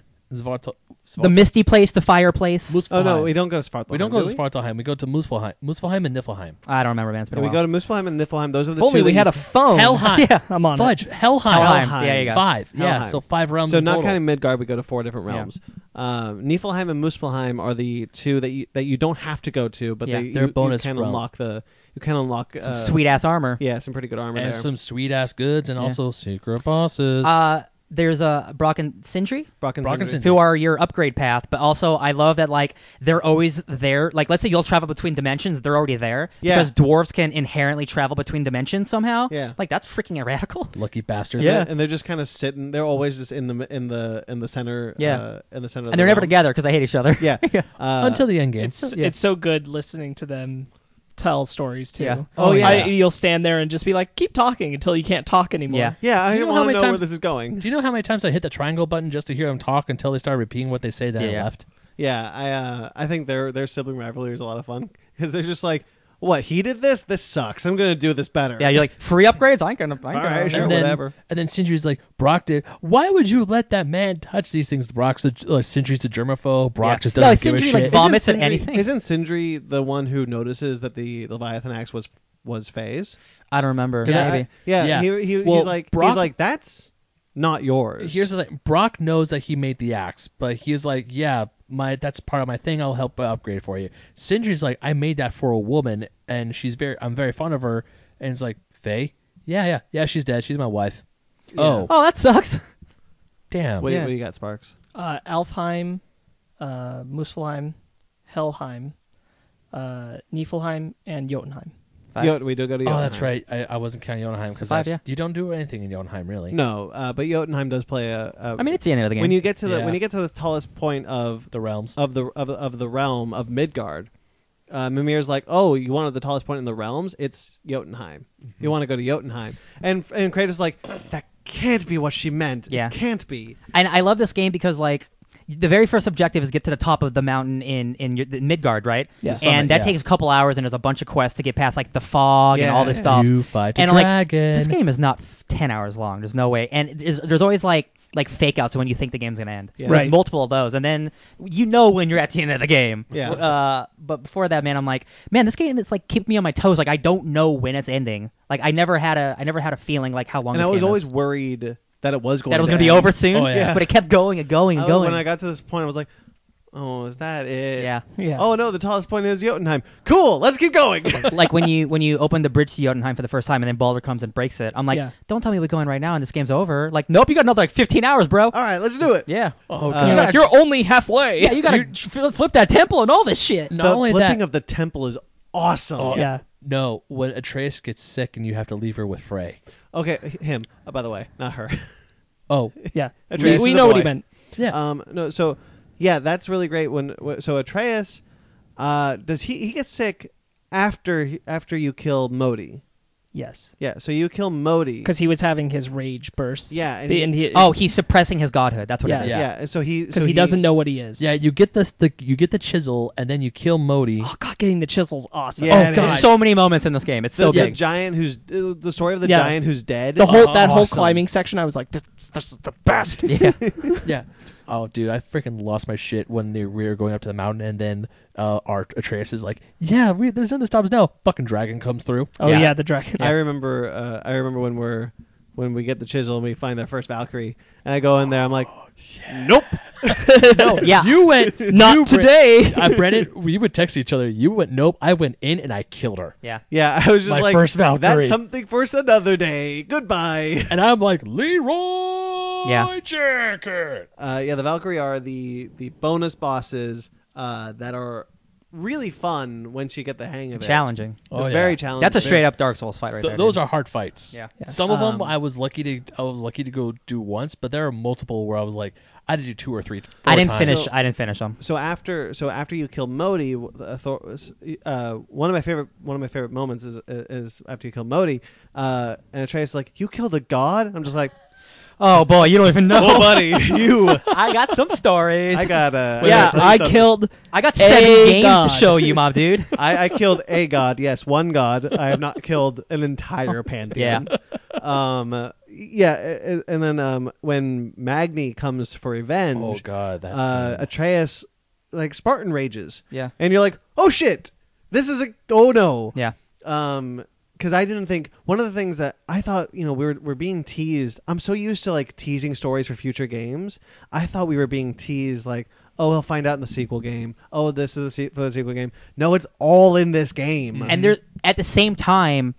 S1: Svartalheim.
S2: Svartal.
S3: The misty place, the fireplace.
S2: Muspelheim.
S1: Oh no, we don't go to Svartalheim.
S2: We don't go
S1: do
S2: to
S1: we?
S2: Svartalheim. We go to Muspelheim, Muspelheim and Niflheim.
S3: I don't remember, man. It's been
S1: Yeah,
S3: a
S1: we
S3: while.
S1: go to Muspelheim and Niflheim. Those are the
S3: if only
S1: two
S3: we
S1: that
S3: had
S1: you-
S3: a phone.
S2: Helheim.
S4: yeah, I'm on
S2: Fudge. Hellheim.
S3: Helheim. Yeah, you go.
S2: Five. Yeah.
S1: Helheim.
S2: So five realms.
S1: So
S2: in
S1: not
S2: total.
S1: counting Midgard, we go to four different
S3: Yeah.
S1: realms. Um, Niflheim and Muspelheim are the two that you that you don't have to go to, but
S3: Yeah,
S1: they
S2: they're
S1: you,
S2: bonus
S1: you can
S2: realm.
S1: unlock the you can unlock
S3: Some
S1: uh,
S3: sweet ass armor.
S1: yeah some pretty good armor
S2: and
S1: there.
S2: some sweet ass goods and
S3: Yeah.
S2: also secret bosses.
S3: Uh, there's a Brock and Sindri.
S1: Brock and
S2: Brock and
S1: Sindri.
S2: Sindri.
S3: who are your upgrade path, but also I love that like they're always there. Like let's say you'll travel between dimensions, they're already there
S1: Yeah.
S3: because dwarves can inherently travel between dimensions somehow.
S1: Yeah.
S3: like that's freaking radical.
S2: Lucky bastards.
S1: Yeah, and they're just kind of sitting. They're always just in the in the in the center.
S3: Yeah.
S1: uh, in the center. of
S3: and they're never
S1: realm.
S3: together because I hate each other.
S1: Yeah, Uh,
S2: Until the end game.
S4: It's
S1: Yeah.
S4: it's so good listening to them tell stories too.
S3: Yeah.
S2: Oh, yeah.
S4: I, you'll stand there and just be like, keep talking until you can't talk anymore.
S3: Yeah.
S1: yeah.
S2: Do
S1: I
S2: you know how
S1: want to
S2: many
S1: know where
S2: times-
S1: this is going.
S2: Do you know how many times I hit the triangle button just to hear them talk until they start repeating what they say? Then
S3: Yeah.
S2: I left.
S1: Yeah, I uh, I think their their sibling rivalry is a lot of fun because they're just like, what he did this. This sucks. I'm gonna do this better.
S3: yeah, you're like free upgrades. I ain't gonna. I ain't
S1: All
S3: gonna
S1: right, sure,
S2: and then,
S1: whatever.
S2: And then Sindri's like, Brock did. Why would you let that man touch these things? Brock's a, uh, Sindri's a germaphobe. Brock
S3: Yeah.
S2: just
S3: No,
S2: doesn't give
S3: Sindri,
S2: a
S3: like,
S2: shit.
S3: vol- vomits
S1: Isn't
S3: at
S1: Sindri-
S3: anything.
S1: Isn't Sindri the one who notices that the Leviathan axe was was phase?
S3: I don't remember.
S2: Yeah,
S3: Maybe.
S1: Yeah,
S2: Yeah.
S1: He, he,
S2: Well,
S1: he's like
S2: Brock-
S1: he's like that's not yours.
S2: Here's the thing: Brock knows that he made the axe, but he's like, "Yeah, my that's part of my thing. I'll help upgrade for you." Sindri's like, "I made that for a woman, and she's very. I'm very fond of her." And it's like, "Faye, yeah, yeah, yeah, she's dead. She's my wife." Oh,
S3: Oh, that sucks.
S2: damn!
S1: what, do you-
S3: yeah.
S1: what do you got, Sparks?
S4: Uh, Alfheim, uh, Muspelheim, Helheim, uh, Niflheim, and Jotunheim.
S3: Five.
S1: Jot- we do go to.
S2: Oh, that's
S1: Jotunheim.
S2: right. I, I wasn't counting Jotunheim because
S3: five, yeah.
S2: you don't do anything in Jotunheim, really.
S1: No, uh, but Jotunheim does play a. a
S3: I mean, it's the end of the game.
S1: when you get to the
S2: Yeah.
S1: when you get to the tallest point of
S2: The realms.
S1: of the of, of the realm of Midgard, uh, Mimir's like, "Oh, you wanted the tallest point in the realms? It's Jotunheim.
S3: Mm-hmm.
S1: You want to go to Jotunheim?" And and Kratos like, "That can't be what she meant.
S3: Yeah.
S1: It can't be."
S3: and I love this game because like the very first objective is get to the top of the mountain in in, your, in Midgard, right?
S2: Yeah.
S3: And
S2: The summit,
S3: that
S2: yeah.
S3: takes a couple hours, and there's a bunch of quests to get past like the fog and all this
S1: Yeah.
S3: stuff.
S2: You fight a
S3: and I'm like
S2: dragon.
S3: this game is not f- ten hours long. There's no way, and there's, there's always like like fake outs when you think the game's gonna end.
S1: Yeah.
S3: There's
S4: Right.
S3: multiple of those, and then you know when you're at the end of the game.
S1: Yeah.
S3: Uh, but before that, man, I'm like, man, this game it's like keep me on my toes. Like I don't know when it's ending. Like I never had a I never had a feeling like how long
S1: And I
S3: this
S1: was
S3: game
S1: always
S3: is.
S1: worried that it was going
S3: that it was
S1: to
S3: gonna be
S1: end.
S3: over soon.
S2: Oh, yeah.
S3: But it kept going and going and
S1: I-
S3: going.
S1: When I got to this point, I was like, "Oh, is that it?"
S3: yeah.
S4: Yeah.
S1: Oh no, the tallest point is Jotunheim. Cool. Let's keep going.
S3: like when you when you open the bridge to Jotunheim for the first time and then Balder comes and breaks it. I'm like,
S4: Yeah.
S3: don't tell me we're going right now and this game's over. Like, nope, you got another like 15 hours,
S1: All
S3: bro.
S1: right, let's do it.
S3: Yeah.
S2: oh,
S1: Uh,
S2: God.
S3: gotta-
S4: Like, you're only halfway.
S3: Yeah, you gotta fl- flip that temple and all this shit.
S2: not
S1: the
S2: only
S1: flipping
S2: that.
S1: of the temple is awesome.
S2: Oh,
S4: Yeah.
S2: no, when Atreus gets sick and you have to leave her with Frey.
S1: Okay, h- him. Uh, by the way, not her.
S2: Oh,
S4: Yeah. We,
S1: Atreus
S4: we
S1: is a
S4: know what
S1: boy.
S4: he meant.
S2: yeah.
S1: Um, no, so yeah, that's really great. When wh- so Atreus, uh, does he he gets sick after he- after you kill Modi?
S4: Yes.
S1: Yeah, so you kill Modi.
S4: Because he was having his rage bursts.
S1: Yeah, and
S4: The-
S1: he-
S3: Oh, he's suppressing his godhood. That's what
S4: Yeah.
S3: it is.
S1: yeah. and so he
S4: because
S1: so
S4: he, doesn't know what he is.
S2: yeah, you get the, the you get the chisel and then you kill Modi.
S4: Oh God, getting the chisels awesome.
S1: Yeah,
S4: oh
S1: it
S4: God.
S1: is.
S3: There's so many moments in this game. It's
S1: the,
S3: so
S1: the
S3: big.
S1: giant who's uh, the story of the
S4: Yeah.
S1: giant who's dead.
S4: The whole that whole
S1: Awesome.
S4: climbing section, I was like, this, this is the best.
S3: Yeah.
S2: yeah. Oh, dude, I freaking lost my shit when they we were going up to the mountain, and then uh, our Atreus is like, "Yeah, we, there's in the stops now." Fucking dragon comes through.
S4: Oh
S3: Yeah.
S4: yeah, the dragon.
S1: I remember. Uh, I remember when we're when we get the chisel and we find our first Valkyrie, and I go in there. I'm like, nope.
S2: No,
S3: Yeah.
S2: you went
S4: Not
S2: you, Bre-
S4: today.
S2: I Brennan, we would text each other. You went nope. I went in and I killed her.
S3: yeah.
S1: Yeah, I was just
S2: My
S1: like,
S2: first Valkyrie.
S1: that's something for another day. Goodbye.
S2: And I'm like Leroy
S3: Yeah.
S2: Jenkins.
S1: Uh, yeah, the Valkyrie are the the bonus bosses uh, that are really fun once you get the hang of it.
S3: Challenging.
S1: They're
S2: Oh, yeah.
S1: very challenging.
S3: That's a
S1: They're-
S3: straight up Dark Souls fight right
S2: Th-
S3: there.
S2: those
S3: dude.
S2: are hard fights.
S3: Yeah.
S4: Yeah.
S2: Some of
S1: Um,
S2: them I was lucky to I was lucky to go do once, but there are multiple where I was like I had to do two or three. four
S3: I didn't
S2: times.
S3: finish.
S1: So-
S3: I didn't finish them.
S1: So after so after you kill Modi, uh, Thor, uh, one of my favorite one of my favorite moments uh, is is after you kill Modi, uh, and Atreus is like, "You killed a god." I'm just like,
S3: Oh boy, you don't even know.
S1: Oh, buddy, you.
S3: I got some stories.
S1: I got uh,
S4: Wait, yeah,
S1: gotta tell you
S4: I
S1: something.
S4: killed.
S3: I got seven
S4: Hey,
S3: games
S4: God.
S3: to show you, my dude.
S1: I, I killed a god. Yes, one god. I have not killed an entire pantheon. Yeah. Um. uh, Yeah. a- a- And then um, when Magni comes for revenge,
S2: Oh god, that's
S1: uh, Atreus like Spartan rages.
S3: Yeah.
S1: And you're like, oh shit, this is a oh no.
S3: Yeah.
S1: Um. Because I didn't think one of the things that I thought you know we were we're being teased. I'm so used to like teasing stories for future games. I thought we were being teased like. Oh, we'll find out in the sequel game. Oh, this is the se- for the sequel game. No, it's all in this game.
S3: And there, at the same time,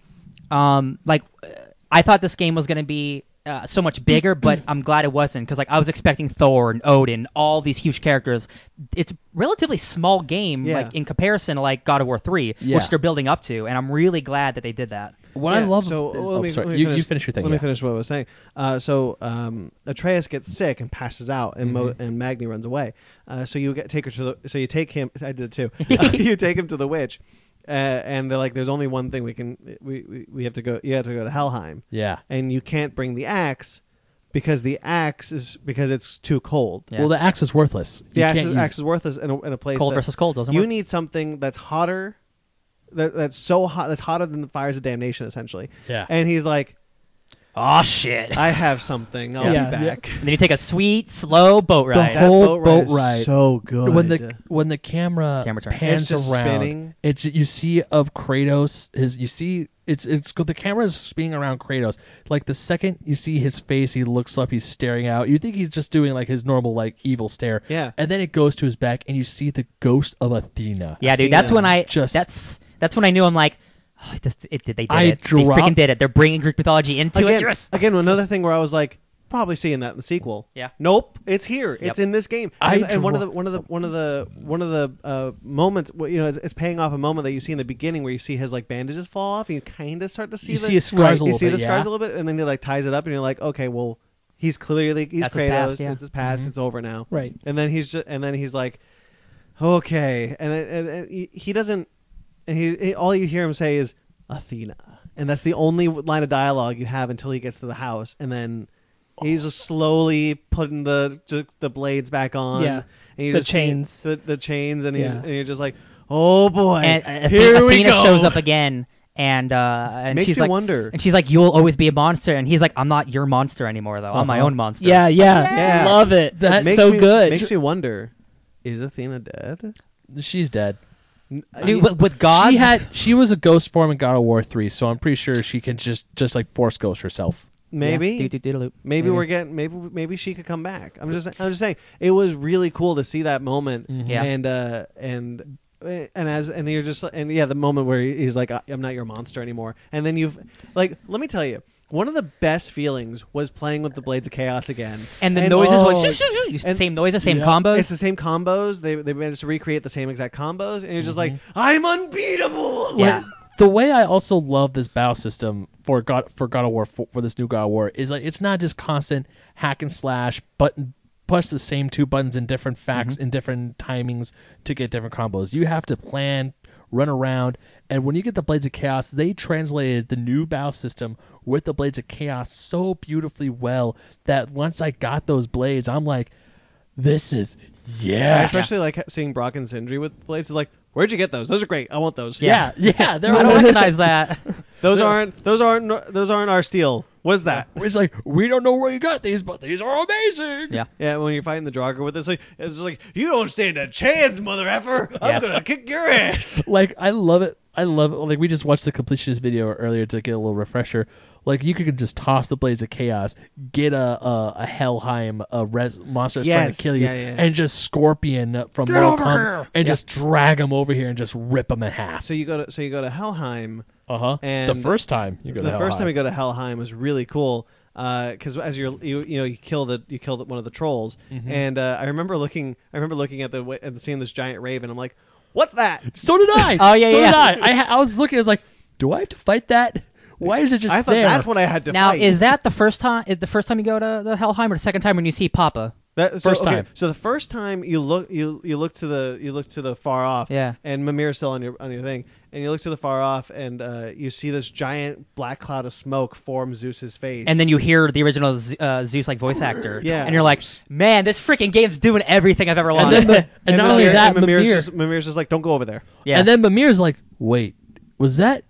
S3: um, like uh, I thought this game was gonna be uh, so much bigger, but I'm glad it wasn't because like I was expecting Thor and Odin, all these huge characters. It's a relatively small game,
S1: Yeah.
S3: like in comparison to like God of War Three,
S2: Yeah.
S3: which they're building up to, and I'm really glad that they did that.
S2: what I
S1: Yeah,
S2: love.
S1: So
S2: is-
S1: let
S2: oh,
S1: me,
S2: sorry.
S1: let me
S2: you,
S1: finish,
S2: you finish your thing.
S1: Let me
S2: yeah.
S1: finish what I was saying. Uh, so um, Atreus gets sick and passes out, and
S2: Mm-hmm.
S1: Mo- and Magni runs away. Uh, so you get take her to the. So you take him. I did it too. Uh, you take him to the witch, uh, and they're like, "There's only one thing we can. We, we we have to go. You have to go to Helheim,
S2: Yeah.
S1: and you can't bring the axe because the axe is because it's too cold.
S3: Yeah.
S2: Well, the axe is worthless.
S1: The
S2: you
S1: axe,
S2: can't
S1: is,
S2: use
S1: axe is worthless in a, in a place
S3: Cold
S1: that-
S3: versus cold doesn't
S1: you
S3: work.
S1: need something that's hotter, that, that's so hot that's hotter than the fires of damnation, essentially.
S2: Yeah.
S1: And he's like,
S3: oh shit!
S1: I have something. I'll
S4: Yeah.
S1: be back.
S3: And then you take a sweet, slow boat
S2: The
S3: ride.
S1: That
S2: whole boat
S1: is
S2: ride.
S1: so good.
S2: when the when the camera,
S3: Camera turns.
S2: pans
S1: It's just
S2: around,
S1: spinning.
S2: it's you see of Kratos. His you see it's it's the camera is spinning around Kratos. Like the second you see his face, he looks up. He's staring out. You think he's just doing like his normal like evil stare.
S1: Yeah.
S2: and then it goes to his back, and you see the ghost of Athena.
S3: Yeah, dude. That's
S1: Yeah.
S3: when I
S2: Just-
S3: just that's that's when I knew I'm like, oh, this, it did. They did
S2: I
S3: it. they
S2: dropped-
S3: freaking did it. They're bringing Greek mythology into
S1: again,
S3: it. Yes.
S1: again, another thing where I was like, probably seeing that in the sequel.
S3: Yeah.
S1: Nope, it's here. It's
S3: Yep.
S1: in this game.
S2: I
S1: And, and one of
S2: dro-
S1: the one of the one of the one of the uh, moments, well, you know, it's, it's paying off a moment that you see in the beginning where you see his like bandages fall off, and you kind of start to see
S2: You
S1: the,
S2: see his scars
S1: you
S2: a little
S1: see the
S2: bit,
S1: scars a
S2: yeah.
S1: little bit, and then he like ties it up, and you're like, okay, well, he's clearly he's
S3: That's
S1: Kratos.
S3: his past, yeah.
S1: It's his past.
S2: Mm-hmm.
S1: It's over now.
S4: Right.
S1: And then he's just, and then he's like, okay, and then- and, and he- he doesn't, and he, he all you hear him say is Athena, and that's the only line of dialogue you have until he gets to the house, and then he's just slowly putting the ju- the blades back on,
S4: Yeah.
S1: and you
S4: The
S1: just see
S4: chains.
S1: the, the chains, and, he's,
S4: Yeah.
S1: and you're just like, oh boy,
S3: And uh,
S1: here
S3: Athena,
S1: we
S3: Athena
S1: go.
S3: shows up again, and uh, and
S1: Makes
S3: she's
S1: you
S3: like,
S1: wonder.
S3: and she's like, you'll always be a monster. And he's like, I'm not your monster anymore, though. I'm my
S2: Uh-huh.
S3: own monster.
S4: Yeah,
S1: Yeah.
S4: yeah, love it.
S2: That
S4: That's
S1: Makes
S4: so
S1: me-
S4: good.
S1: Makes me wonder, is Athena dead?
S2: she's dead.
S3: dude. Uh, With, with gods,
S2: She had she was a ghost form in God of War three, so I'm pretty sure she can just just like force ghost herself.
S1: Maybe.
S3: Yeah, doo- doo- doodaloo.
S1: Maybe, we're getting maybe maybe she could come back. I'm just I'm just saying it was really cool to see that moment
S3: Yeah.
S1: and uh and eh, and as and you're just and yeah the moment where he's like "I- I'm not your monster anymore and then you've like let me tell you one of the best feelings was playing with the blades of chaos again
S3: and the noises
S1: oh,
S3: went shoo, shoo, shoo, shoo.
S1: and-
S3: same noises, same
S1: it's
S3: combos.
S1: the same combos they they managed to recreate the same exact combos and you're just like I'm unbeatable
S3: Mm-hmm. Yeah.
S2: the way I also love this battle system for God for God of War for, for this new God of War is like it's not just constant hack and slash button push the same two buttons in different facts
S1: Mm-hmm.
S2: in different timings to get different combos. You have to plan, run around, and when you get the Blades of Chaos, they translated the new battle system with the Blades of Chaos so beautifully well that once I got those blades, I'm like, this is yeah,
S1: especially like seeing Brock and Sindri with blades is like where'd you get those those are great I want those
S2: yeah, yeah. They're
S3: I don't recognize that.
S1: Those aren't those aren't those aren't our steel. What is that?
S2: It's like we don't know where you got these, but these are amazing.
S3: yeah.
S1: Yeah, when you're fighting the Draugr with this, like, it's just like you don't stand a chance, mother effer. I'm
S3: Yeah.
S1: gonna kick your ass.
S2: Like I love it. I love it. Like we just watched the completionist video earlier to get a little refresher. Like you could just toss the blades of chaos, get a a, a Helheim a res, monster that's trying
S1: Yes.
S2: to kill you,
S1: Yeah, yeah, yeah.
S2: and just scorpion from Mortal Kombat, and just drag him over here and just rip him in half.
S1: So you go to so you go to Helheim.
S2: Uh huh.
S1: And
S2: The first time you go to
S1: the first time
S2: Helheim.
S1: we go to Helheim was really cool because as you're you you know you kill the you kill the, one of the trolls,
S2: Mm-hmm.
S1: and uh, I remember looking I remember looking at the wa- at the seeing this giant raven. I'm like, what's that?
S2: So did I.
S3: Oh, yeah,
S2: So
S3: yeah.
S2: did I. I. ha- I was looking. I was like, do I have to fight that? Why is it just
S1: I thought
S2: there?
S1: that's what I had to
S3: Now,
S1: fight.
S3: is that the first time? Is the first time you go to the Helheim, or the second time when you see Papa?
S1: That, so,
S2: First
S1: okay,
S2: time.
S1: So the first time you look, you you look to the you look to the far off.
S3: Yeah.
S1: And Mimir's still on your on your thing, and you look to the far off, and uh, you see this giant black cloud of smoke form Zeus's face.
S3: and then you hear the original Z- uh, Zeus like voice actor,
S1: Yeah.
S3: and you're like, man, this freaking game's doing everything I've ever
S2: And
S3: wanted.
S2: then, and,
S1: And
S2: not only
S1: Mimir-
S2: that,
S1: and Mimir's
S2: Mimir,
S1: just, Mimir's just like, don't go over there.
S3: yeah,
S2: and then Mimir's like, wait, was that?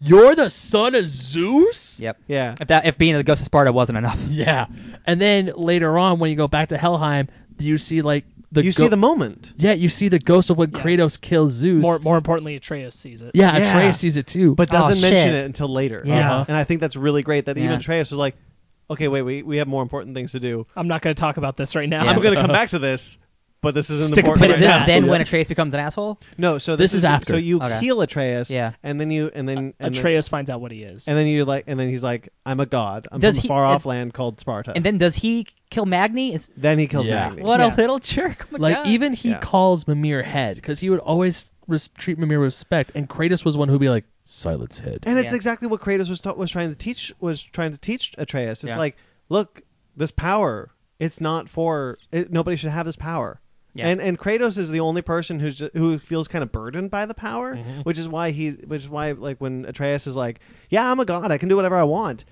S2: You're the son of Zeus?
S3: yep.
S1: Yeah,
S3: If that if being the ghost of Sparta wasn't enough,
S2: Yeah. And then later on, when you go back to Helheim, you see like the
S1: you
S2: go-
S1: see the moment.
S2: yeah, you see the ghost of when
S4: Yeah.
S2: Kratos kills Zeus.
S4: More more importantly, Atreus sees it.
S2: yeah,
S1: Yeah.
S2: Atreus sees it too.
S1: but
S3: Oh,
S1: doesn't mention
S3: shit.
S1: it until later.
S3: Yeah. Uh-huh.
S1: and I think that's really great that
S3: Yeah.
S1: even Atreus was like, okay, wait, we, we have more important things to do.
S4: I'm not going to talk about this right now.
S3: Yeah.
S1: I'm going to come back to this, but this isn't
S4: Stick a
S1: important.
S3: but
S4: pin
S3: is
S1: right
S3: this
S1: now.
S3: then when Atreus becomes an asshole?
S1: No, so
S2: This is after.
S1: So you
S3: Okay.
S1: heal Atreus,
S3: Yeah.
S1: and then you and then and
S4: Atreus finds out what he is.
S1: Then, and then you like, and then he's like, "I'm a god. I'm
S3: Does
S1: from
S3: he-
S1: a far off
S3: and-
S1: land called Sparta."
S3: And then does he kill Magni? Is,
S1: then he kills
S2: Yeah.
S1: Magni.
S3: what
S4: Yeah.
S3: a little jerk! Oh my
S2: like
S3: God.
S2: even he
S1: Yeah.
S2: calls Mimir head because he would always res- treat Mimir with respect, and Kratos was one who'd be like, "Silence head."
S1: And it's
S3: Yeah.
S1: exactly what Kratos was ta- was trying to teach was trying to teach Atreus. It's
S3: Yeah.
S1: like, look, this power. It's not for it, nobody should have this power.
S3: Yeah.
S1: And and Kratos is the only person who's ju- who feels kind of burdened by the power,
S3: Mm-hmm.
S1: which is why he which is why like when Atreus is like, yeah, I'm a god. I can do whatever I want.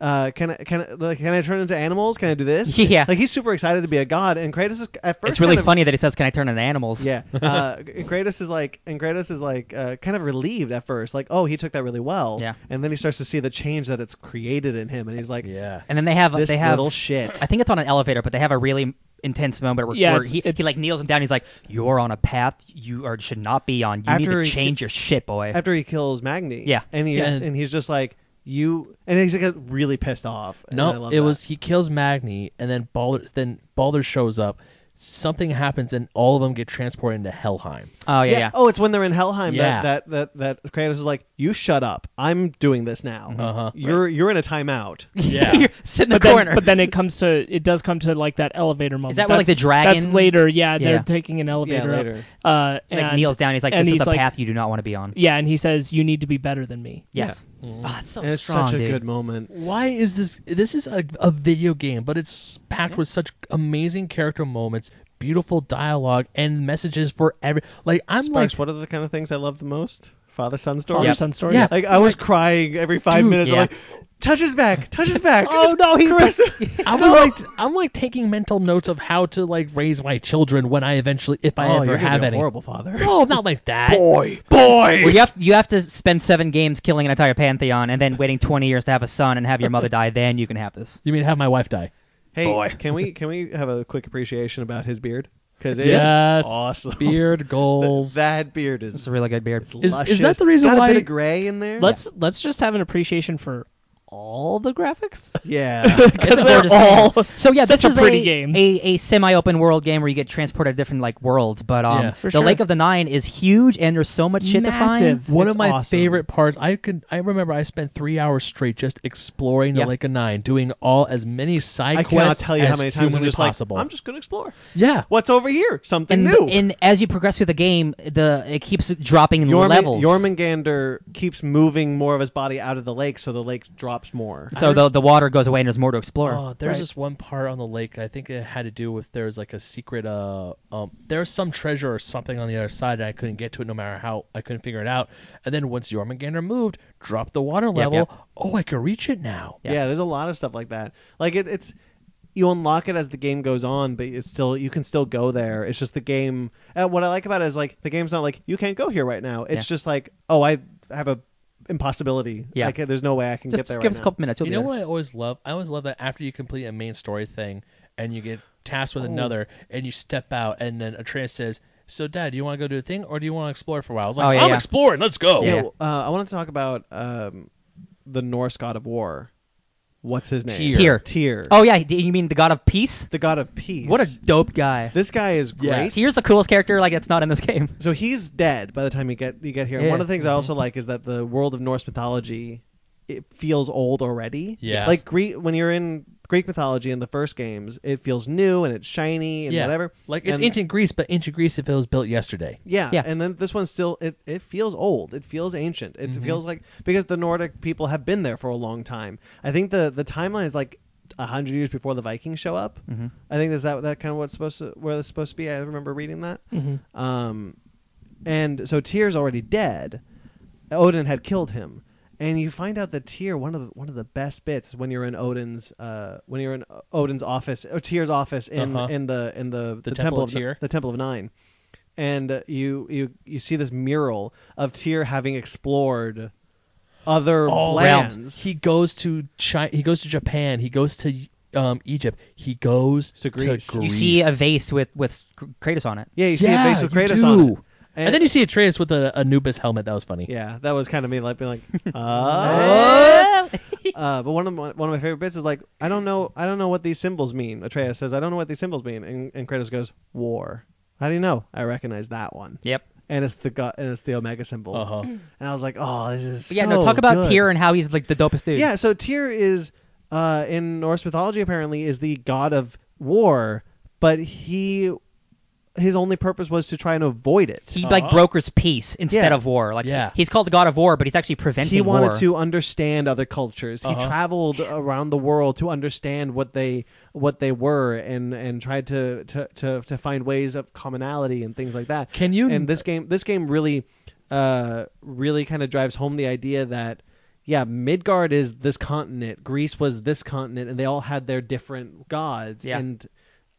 S1: Uh, can I can I, like, can I turn into animals? Can I do this?
S3: Yeah.
S1: like he's super excited to be a god, and Kratos is at first
S3: it's really
S1: kind of-
S3: funny that he says, "Can I turn into animals?"
S1: Yeah, uh, Kratos is like, and Kratos is like, uh, kind of relieved at first, like, oh, he took that really well.
S3: Yeah.
S1: and then he starts to see the change that it's created in him, and he's like,
S2: yeah,
S3: And then they have
S1: this
S3: they have
S1: little shit.
S3: I think it's on an elevator, but they have a really intense moment where,
S4: Yeah,
S3: where
S4: it's-
S3: he,
S4: it's-
S3: he like kneels him down. He's like, "You're on a path you are should not be on. You need
S1: After
S3: to
S1: he-
S3: change your shit, boy."
S1: After he kills Magni,
S3: Yeah.
S1: and he
S2: Yeah.
S1: and he's just like, you, and he's like really pissed off. and I
S2: no,
S1: love
S2: it
S1: that.
S2: was he kills Magni, and then Balder then Balder shows up. Something happens, and all of them get transported into Helheim.
S3: oh yeah, yeah.
S1: Oh, it's when they're in Helheim that,
S2: Yeah.
S1: that that that Kratos is like, you shut up. I'm doing this now.
S2: Uh-huh.
S1: You're you're in a timeout.
S2: Yeah.
S3: You're- sit in the
S4: but then,
S3: corner.
S4: but then it comes to it does come to like that elevator moment.
S3: that where, like,
S4: That's-
S3: the dragon-
S4: That's later. Yeah, they're
S3: Yeah.
S4: taking an elevator. up.
S1: later.
S4: Uh,
S3: He,
S4: and
S3: like kneels down. He's like,
S4: and
S3: "This is
S4: he's
S3: the
S4: like-
S3: path you do not want to be on."
S4: Yeah, and he says, "You need to be better than me."
S3: Yes. Oh, it's so
S1: And it's
S3: strong,
S1: such a
S3: dude.
S1: good moment.
S2: Why is this? This is a, a video game, but it's packed with such amazing character moments, beautiful dialogue, and messages for every. Like I'm
S1: Sparks,
S2: like,
S1: what are the kind of things I love the most? Father son stories.
S4: Father
S3: Yeah.
S4: son story.
S2: Yeah.
S1: Like I was crying every five
S2: Dude,
S1: minutes. I'm
S3: yeah.
S1: like, touch his back, touch his back.
S3: Oh,
S1: Just
S3: no, he
S1: caress it.
S2: I was like, I'm like taking mental notes of how to like raise my children when I eventually, if I
S1: oh,
S2: ever
S1: you're gonna
S2: have
S1: be a
S2: any.
S1: horrible father.
S2: No, not like that.
S1: Boy, boy.
S3: Well, you have you have to spend seven games killing an entire pantheon, and then waiting twenty years to have a son and have your mother die. Then you can have this.
S2: You mean have my wife die?
S1: Hey,
S3: Boy.
S1: can we can we have a quick appreciation about his beard? Because
S2: Yes.
S1: awesome.
S2: Beard goals.
S1: that beard is
S3: It's a really good beard.
S1: it's
S2: Is- is
S1: luscious.
S2: that the reason
S1: Got a
S2: why-
S1: bit of gray in there?
S4: Let's let's just have an appreciation for all the graphics.
S1: yeah.
S3: It's a
S4: they're
S3: gorgeous
S4: all
S3: game. so yeah.
S4: such
S3: this
S4: a
S3: is
S4: pretty
S3: a,
S4: game.
S3: A, a semi-open world game where you get transported to different like worlds. But um,
S2: Yeah.
S4: For
S3: the
S4: sure.
S3: Lake of the Nine is huge, and there's so much shit to
S4: Massive.
S3: find.
S2: One
S1: It's
S2: of my
S1: awesome.
S2: favorite parts. I could. I remember I spent three hours straight just exploring the
S3: Yeah.
S2: Lake of Nine, doing all as many side
S1: I cannot
S2: quests
S1: tell you how
S2: as
S1: many times I'm
S2: humanly
S1: just
S2: possible.
S1: like I'm just gonna explore.
S2: yeah.
S1: What's over here? Something
S3: And,
S1: new.
S3: and as you progress through the game, the it keeps dropping
S1: Jormung-
S3: levels.
S1: Jormungandr keeps moving more of his body out of the lake, so the lake drops more.
S3: so the the water goes away, and there's more to explore.
S2: Oh, there's
S4: Right.
S2: this one part on the lake. I think it had to do with there was like a secret. Uh, um, there was some treasure or something on the other side, and I couldn't get to it no matter how. I couldn't figure it out. And then once Jormungandr moved, dropped the water level.
S3: yep.
S2: Oh, I could reach it now.
S1: Yeah. there's a lot of stuff like that. Like it, it's you unlock it as the game goes on, but it's still you can still go there. It's just the game. Uh, what I like about it is like the game's not like you can't go here right now. It's
S3: Yeah.
S1: just like oh, I have a impossibility.
S3: Yeah.
S1: I can, there's no way I can
S3: just,
S1: get there.
S3: just give
S1: right
S3: us a
S1: now.
S3: couple minutes. you'll
S2: you
S3: be
S2: know
S3: there.
S2: what I always love? I always love that after you complete a main story thing and you get tasked with another, and you step out, and then Atreus says, "So, Dad, do you want to go do a thing, or do you want to explore for a while?" I was like,
S3: Oh, yeah,
S2: "I'm
S3: yeah.
S2: exploring. Let's go."
S1: You
S3: Yeah.
S1: know, uh, I want to talk about um, the Norse god of war. What's his name?
S2: Tyr.
S3: Tyr.
S1: Tyr.
S3: Oh yeah, d- you mean the god of peace?
S1: the god of peace.
S3: What a dope guy.
S1: this guy is great.
S2: Yeah.
S3: Here's the coolest character like it's not in this game.
S1: so he's dead by the time you get you get here. And
S3: Yeah.
S1: one of the things I also like is that the world of Norse mythology it feels old already.
S2: Yes.
S1: Like Greek when you're in Greek mythology in the first games, it feels new and it's shiny and
S2: Yeah,
S1: whatever.
S2: Like it's
S1: And-
S2: ancient Greece, but ancient Greece if it was built yesterday.
S1: yeah,
S3: Yeah.
S1: and then this one still it, it feels old. It feels ancient. It feels like because the Nordic people have been there for a long time. I think the the timeline is like hundred years before the Vikings show up. I think is that that kind of what's supposed to where it's supposed to be. I remember reading that. Um, and so Tyr's already dead, Odin had killed him. And you find out that Tyr one of the, one of the best bits is when you're in Odin's uh, when you're in Odin's office or Tyr's office in
S2: Uh-huh.
S1: in the in the,
S2: The Temple of
S1: N-
S2: Tyr.
S1: the Temple of Nine, and uh, you you you see this mural of Tyr having explored other lands.
S2: He goes to China. He goes to Japan. He goes to um, Egypt. He goes
S1: To Greece.
S3: You see a vase with with Kratos on it.
S1: Yeah, you see
S2: yeah,
S1: a face with
S2: you
S1: Kratos
S2: do.
S1: on it.
S2: And, then you see Atreus with a Anubis helmet. That was funny.
S1: Yeah, that was kind of me, like being like, uh,
S3: Oh.
S1: uh, but one of my, one of my favorite bits is like, I don't know, I don't know what these symbols mean. Atreus says, I don't know what these symbols mean, and, and Kratos goes, War. How do you know? I recognize that one,
S3: Yep.
S1: and it's the go- and it's the Omega symbol.
S2: Uh-huh.
S1: And I was like, oh, this is
S3: But yeah,
S1: so
S3: no, talk about
S1: good.
S3: Tyr and how he's like the dopest dude.
S1: Yeah, so Tyr is uh, in Norse mythology apparently is the god of war, but he his only purpose was to try and avoid it.
S3: He like brokers peace instead
S1: Yeah.
S3: of war. Like
S2: Yeah.
S3: he's called the god of war, but he's actually preventing
S1: he wanted
S3: war.
S1: to understand other cultures. He traveled around the world to understand what they what they were and and tried to to to, to find ways of commonality and things like that.
S2: Can you-
S1: And this game this game really uh really kind of drives home the idea that yeah, Midgard is this continent. Greece was this continent, and they all had their different gods.
S3: Yeah.
S1: And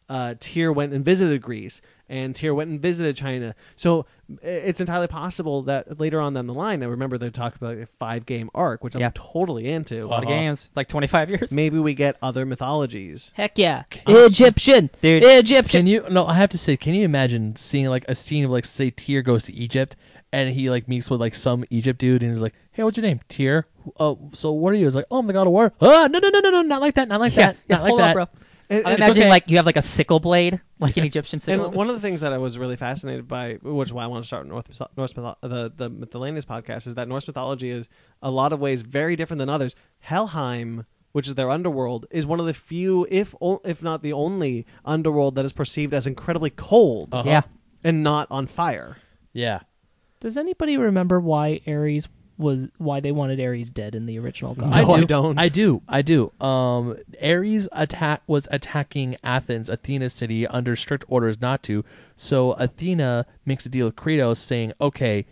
S1: uh, Tyr went and visited Greece, and Tyr went and visited China. So i- it's entirely possible that later on down the line, I remember they talked about a five game arc, which
S3: Yeah.
S1: I'm totally into. Uh-huh.
S3: a lot of games. It's like 25 years.
S1: Maybe we get other mythologies.
S3: Heck yeah.
S4: Egyptian,
S3: Dude.
S4: Egyptian.
S2: Can you? No, I have to say, can you imagine seeing like a scene of like say Tyr goes to Egypt and he like meets with like some Egypt dude and he's like, "Hey, what's your name, Tyr? Oh, so what are you?" He's like, "Oh, I'm the god of war." Ah, no, no, no, no, no, not like that, not like that,
S3: Yeah,
S2: not like
S3: hold
S2: that,
S3: on, bro.
S1: And-
S3: I'm
S1: and-
S3: imagining
S2: okay.
S3: like you have like a sickle blade, like an Egyptian sickle.
S1: And one of the things that I was really fascinated by, which is why I want to start North, Norse mytho- the the Mythalanius podcast, is that Norse mythology is a lot of ways very different than others. Helheim, which is their underworld, is one of the few, if o- if not the only, underworld that is perceived as incredibly cold
S2: Uh-huh.
S3: Yeah.
S1: and not on fire.
S2: Yeah,
S4: Does anybody remember why Ares was why they wanted Ares dead in the original God?
S1: No,
S2: I, do.
S1: I don't.
S2: I do. I do. Um, Ares attack was attacking Athens, Athena's city, under strict orders not to. So Athena makes a deal with Kratos, saying, "Okay,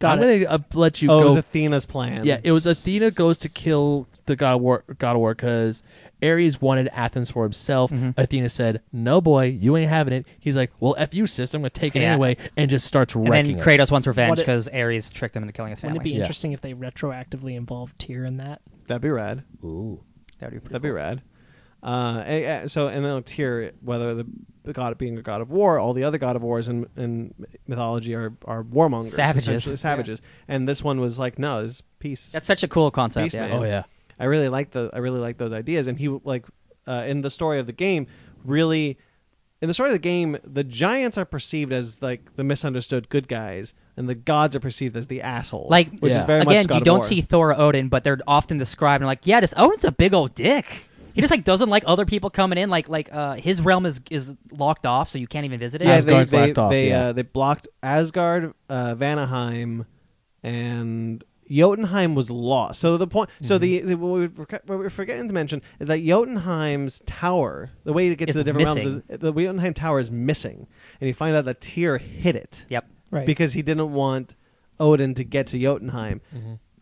S4: Got
S2: I'm
S4: it.
S2: gonna uh, let you
S1: Oh, it
S2: go
S1: was Athena's plan.
S2: Yeah, it was Athena goes to kill the god of war, god of war, because Ares wanted Athens for himself.
S3: Mm-hmm.
S2: Athena said, "No, boy, you ain't having it." He's like, "Well, f you, sis, I'm gonna take it
S3: Yeah.
S2: anyway," and just starts
S3: and
S2: wrecking.
S3: then
S2: it.
S3: Kratos wants revenge
S4: What it-
S3: because Ares tricked him into killing his family.
S4: Wouldn't it be
S2: Yeah.
S4: interesting if they retroactively involved Tyr in that?
S1: That'd be rad.
S2: Ooh.
S3: That would be pretty
S1: That'd
S3: cool.
S1: be rad. Uh, and- and so and then tier whether the, the god being a god of war, all the other god of wars in, in mythology are are warmongers,
S3: Savages.
S1: essentially savages. And this one was like, no, it's peace.
S3: That's such a cool concept.
S1: Beast
S3: Yeah.
S1: Man.
S2: Oh yeah.
S1: I really like the I really like those ideas. And he like uh, in the story of the game, really in the story of the game, the giants are perceived as like the misunderstood good guys, and the gods are perceived as the asshole.
S3: Like
S1: which
S2: Yeah.
S1: is very
S3: again,
S1: much god
S3: you
S1: of
S3: don't
S1: war.
S3: see Thor or Odin, but they're often described and like, yeah, this Odin's a big old dick. He just like doesn't like other people coming in. Like like uh, his realm is is locked off, so you can't even visit it.
S1: Yeah,
S2: Asgard's
S1: they they,
S2: locked off,
S1: they,
S2: yeah.
S1: uh, they blocked Asgard, uh, Vanaheim, and Jotunheim was lost. So the point, so the,
S3: Mm-hmm.
S1: the what, we, forget- what we're forgetting to mention is that Jotunheim's tower, the way to get
S3: It's
S1: to the different
S3: missing.
S1: realms, is the Jotunheim tower is missing, and you find out that Tyr hid it
S3: Yep.
S4: Right.
S1: because he didn't want Odin to get to Jotunheim.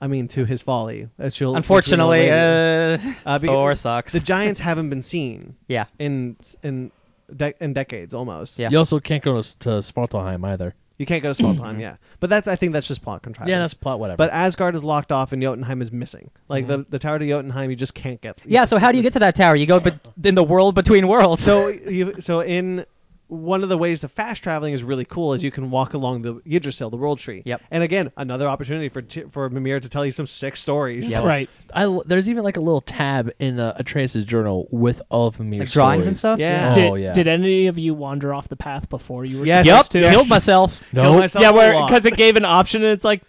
S1: I mean, to his folly. That you'll-
S3: Mm-hmm. Unfortunately,
S1: which we know later.
S3: uh,
S1: Uh, because
S3: Thor sucks.
S1: The giants haven't been seen
S3: yeah.
S1: in in de- in decades almost.
S3: Yeah.
S2: You also can't go to, S- to Svartalheim either.
S1: You can't go to small time, yeah. But that's I think that's just plot contrivance.
S2: Yeah, that's plot whatever.
S1: but Asgard is locked off and Jotunheim is missing. Like the, the tower to Jotunheim, you just can't get.
S3: Yeah. So how do you get to that tower? You go, but in the world between worlds.
S1: So you so in one of the ways to fast traveling is really cool is you can walk along the Yggdrasil, the world tree.
S3: Yep.
S1: And again, another opportunity for T- for Mimir to tell you some sick stories.
S3: Yeah.
S4: Right.
S2: I l- there's even like a little tab in uh, Atreus's journal with all of Mimir's
S3: Like drawings and
S2: stories.
S3: stuff.
S1: Yeah.
S2: Oh,
S4: did,
S2: yeah.
S4: did any of you wander off the path before you were
S1: Yes.
S3: Yep.
S4: supposed to?
S1: Yes.
S3: Killed myself.
S1: Kill
S2: No.
S1: myself
S4: yeah,
S1: a
S4: where
S1: lot.
S4: because it gave an option and it's like,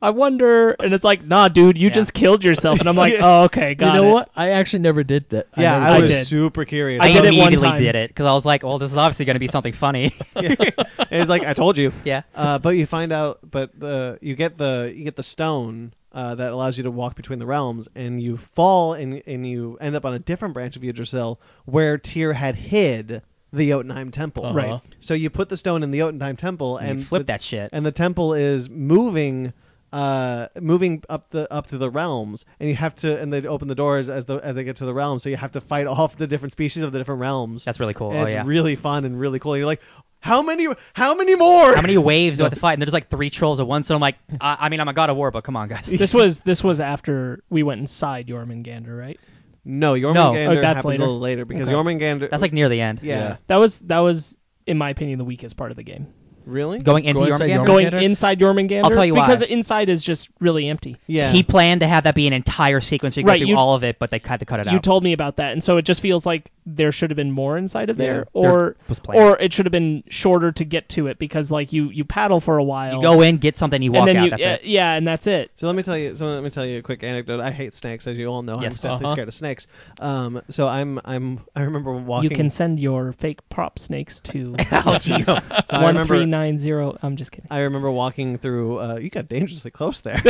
S4: I wonder, and it's like, nah, dude, you
S3: Yeah.
S4: just killed yourself, and I'm like, oh, okay,
S2: You
S4: got
S2: know
S4: it.
S2: what? I actually never did that.
S1: yeah,
S2: never
S1: I,
S4: I
S1: was
S4: did.
S1: super curious.
S4: I
S3: I,
S4: did it one
S3: immediately
S4: time.
S3: did it because I was like, well, this is obviously going to be something funny.
S1: it was like I told you.
S3: yeah.
S1: uh, but you find out, but the you get the you get the stone uh, that allows you to walk between the realms, and you fall and and you end up on a different branch of Yggdrasil where Tyr had hid the Jotunheim temple.
S2: Uh-huh.
S4: Right.
S1: So you put the stone in the Jotunheim temple,
S3: And
S1: and
S3: you flip
S1: the,
S3: that shit.
S1: and the temple is moving uh, moving up the up through the realms, and you have to and they open the doors as the as they get to the realm, so you have to fight off the different species of the different realms.
S3: That's really cool.
S1: And
S3: oh,
S1: it's
S3: yeah.
S1: really fun and really cool. And you're like, how many? How many more?
S3: How many waves do I have to fight? And there's like three trolls at once. And I'm like, I, I mean, I'm a god of war, but come on, guys.
S4: This was this was after we went inside Jormungandr, right?
S1: No, Jormungandr
S3: No.
S1: happens
S4: Oh, that's
S1: a
S4: later.
S1: little later because
S4: Okay.
S1: Jormungandr.
S3: That's like near the end.
S1: yeah.
S2: Yeah.
S4: That was that was, in my opinion, the weakest part of the game.
S1: Really?
S3: Going into
S2: Go inside
S3: Jormungandr?
S2: Jormungandr?
S4: Going inside Jormungandr.
S3: I'll tell you why.
S4: because inside is just really empty.
S1: yeah.
S3: He planned to have that be an entire sequence. So you go
S4: Right,
S3: through
S4: you-
S3: all of it, but they had to cut it
S4: You
S3: out.
S4: told me about that, and so it just feels like there should have been more inside of there,
S3: There
S4: or
S3: was planned.
S4: or it should have been shorter to get to it because like you you paddle for a while,
S3: you go in, get something, you walk
S4: and then
S3: out.
S4: you
S3: that's
S4: yeah,
S3: it.
S4: yeah, and that's it.
S1: So let me tell you. So let me tell you a quick anecdote. I hate snakes, as you all know.
S3: Yes.
S1: I'm deathly
S2: Uh-huh.
S1: scared of snakes. Um, so I'm, I'm, I remember walking.
S4: You can send your fake prop snakes to
S3: Oh, jeez.
S1: So I
S4: one
S1: remember,
S4: three nine zero. I'm just kidding.
S1: I remember walking through. Uh, you got dangerously close there.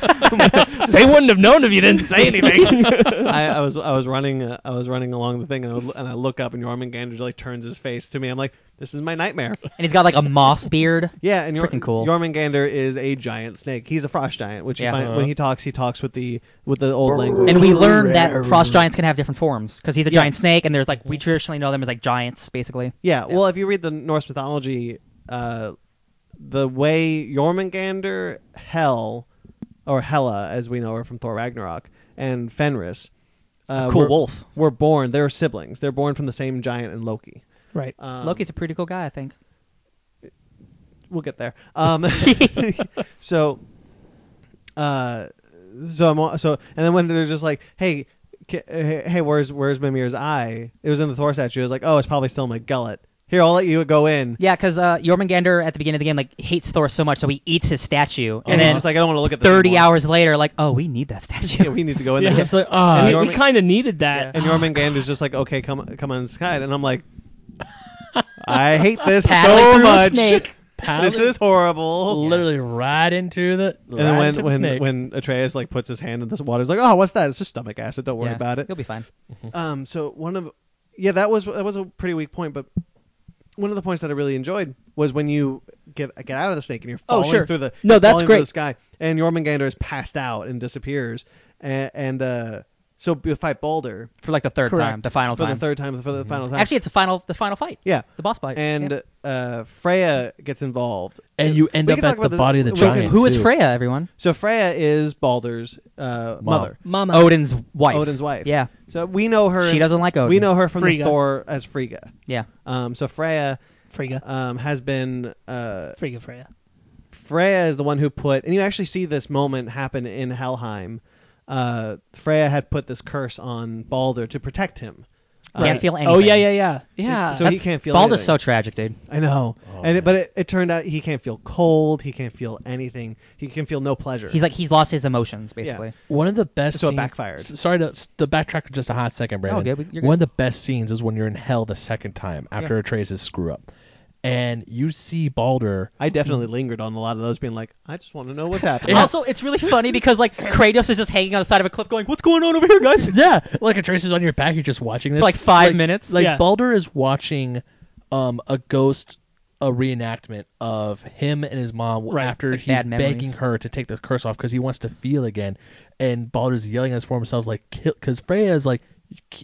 S4: they wouldn't have known if you didn't say anything.
S1: I, I was, I was running, uh, I was running along the thing, and I, would- and I look up, and Jormungandr like turns his face to me. I'm like, this is my nightmare.
S3: and he's got like a moss beard.
S1: Yeah, and Yor-
S3: Freaking cool.
S1: Jormungandr is a giant snake. He's a frost giant, which you
S3: Yeah.
S1: find, when he talks, he talks with the with the old language.
S3: And we learned that frost giants can have different forms because he's a giant
S1: Yes.
S3: snake, and there's like we traditionally know them as like giants, basically.
S1: Yeah, well, if you read the Norse mythology, uh, the way Jormungandr, Hel, or Hela, as we know her from Thor Ragnarok, and Fenris, uh,
S3: cool
S1: were,
S3: wolf.
S1: were born. They're siblings. They're born from the same giant and Loki.
S4: right.
S1: Um,
S3: Loki's a pretty cool guy, I think.
S1: We'll get there. Um, so, uh, so I'm so, and then when they're just like, hey. ca- Hey, hey, where's where's Mimir's eye? It was in the Thor statue. I was like, oh, it's probably still in my gullet. Here, I'll let you go in.
S3: Yeah, because uh, Jormungandr at the beginning of the game like hates Thor so much, so he eats his statue,
S1: And,
S3: and
S1: he's
S3: then
S1: just like, I don't want to look at this
S3: thirty
S1: anymore.
S3: hours later, like, oh, we need that
S1: yeah,
S3: statue.
S1: we need to go in
S4: Yeah.
S1: there.
S2: It's like,
S4: And
S2: ah,
S4: we-
S1: Jorm-
S4: we kind of needed that.
S1: And Jormungandr's just like, okay, come come on inside. And I'm like, I hate this
S3: Paddling
S1: so
S3: through a
S1: much.
S3: snake.
S1: This is horrible.
S2: literally right into the.
S1: And then
S2: right
S1: when
S2: into the
S1: when
S2: snake.
S1: when Atreus like puts his hand in this water, he's like, oh, what's that? It's just stomach acid. Don't worry
S3: Yeah,
S1: about it.
S3: He'll be fine.
S1: Um, so one of yeah, that was that was a pretty weak point, but one of the points that I really enjoyed was when you get get out of the snake and you're
S4: Oh,
S1: falling
S4: sure.
S1: through the
S4: No,
S1: you're
S4: that's
S1: falling through
S4: great.
S1: the sky, and Jormungandr is passed out and disappears, and, and uh, so you fight Boulder
S3: For like the third
S4: Correct.
S3: time, the final
S1: for
S3: time.
S1: the third time for the final time.
S3: Actually, it's the final, the final fight,
S1: yeah,
S3: the boss fight.
S1: and
S3: Yeah.
S1: uh, Freya gets involved.
S2: and you end
S1: We
S2: up
S1: can talk
S2: at the
S1: about this-
S2: body of the
S1: we can-
S2: giant.
S3: who is
S2: too.
S3: Freya? Everyone,
S1: So Freya is Balder's uh, mother,
S4: Mama.
S3: Odin's wife.
S1: Odin's wife.
S3: Yeah,
S1: So we know her.
S3: she doesn't like Odin.
S1: We know her from the
S4: Frigga.
S1: Thor as Frigga.
S3: Yeah,
S1: Um, so Freya
S4: Frigga.
S1: um, has been. Uh,
S4: Frigga Freya.
S1: Freya is the one who put, and you actually see this moment happen in Helheim. Uh, Freya had put this curse on Balder to protect him.
S3: can't
S1: Uh,
S3: feel anything.
S4: Oh yeah, yeah, yeah, yeah.
S1: So he
S3: That's-
S1: can't feel.
S3: Baldur's
S1: anything.
S3: so tragic, dude.
S1: I know, and it, but it, it turned out he can't feel cold. He can't feel anything. He can feel no pleasure.
S3: He's like he's lost his emotions basically.
S2: One of the best.
S1: So it
S2: scenes,
S1: backfired.
S2: S- sorry to, s- to backtrack for just a hot second, Brandon.
S3: good, we- you're
S2: One of the best scenes is when you're in hell the second time after Atreus' screw up, and you see Balder.
S1: I definitely lingered on a lot of those, being like, I just want to know what's happening.
S3: Also, it's really funny because like Kratos is just hanging on the side of a cliff, going, "What's going on over here, guys?" For
S2: Yeah, like Atreus is on your back. You're just watching this
S3: like five
S2: Like-
S3: minutes.
S2: Like
S4: Yeah.
S2: Balder is watching um a ghost a reenactment of him and his mom
S4: Right,
S2: after
S3: like
S2: he's
S3: bad memories.
S2: begging her to take this curse off because he wants to feel again and Balder's yelling at us for himself like kill because Freya is like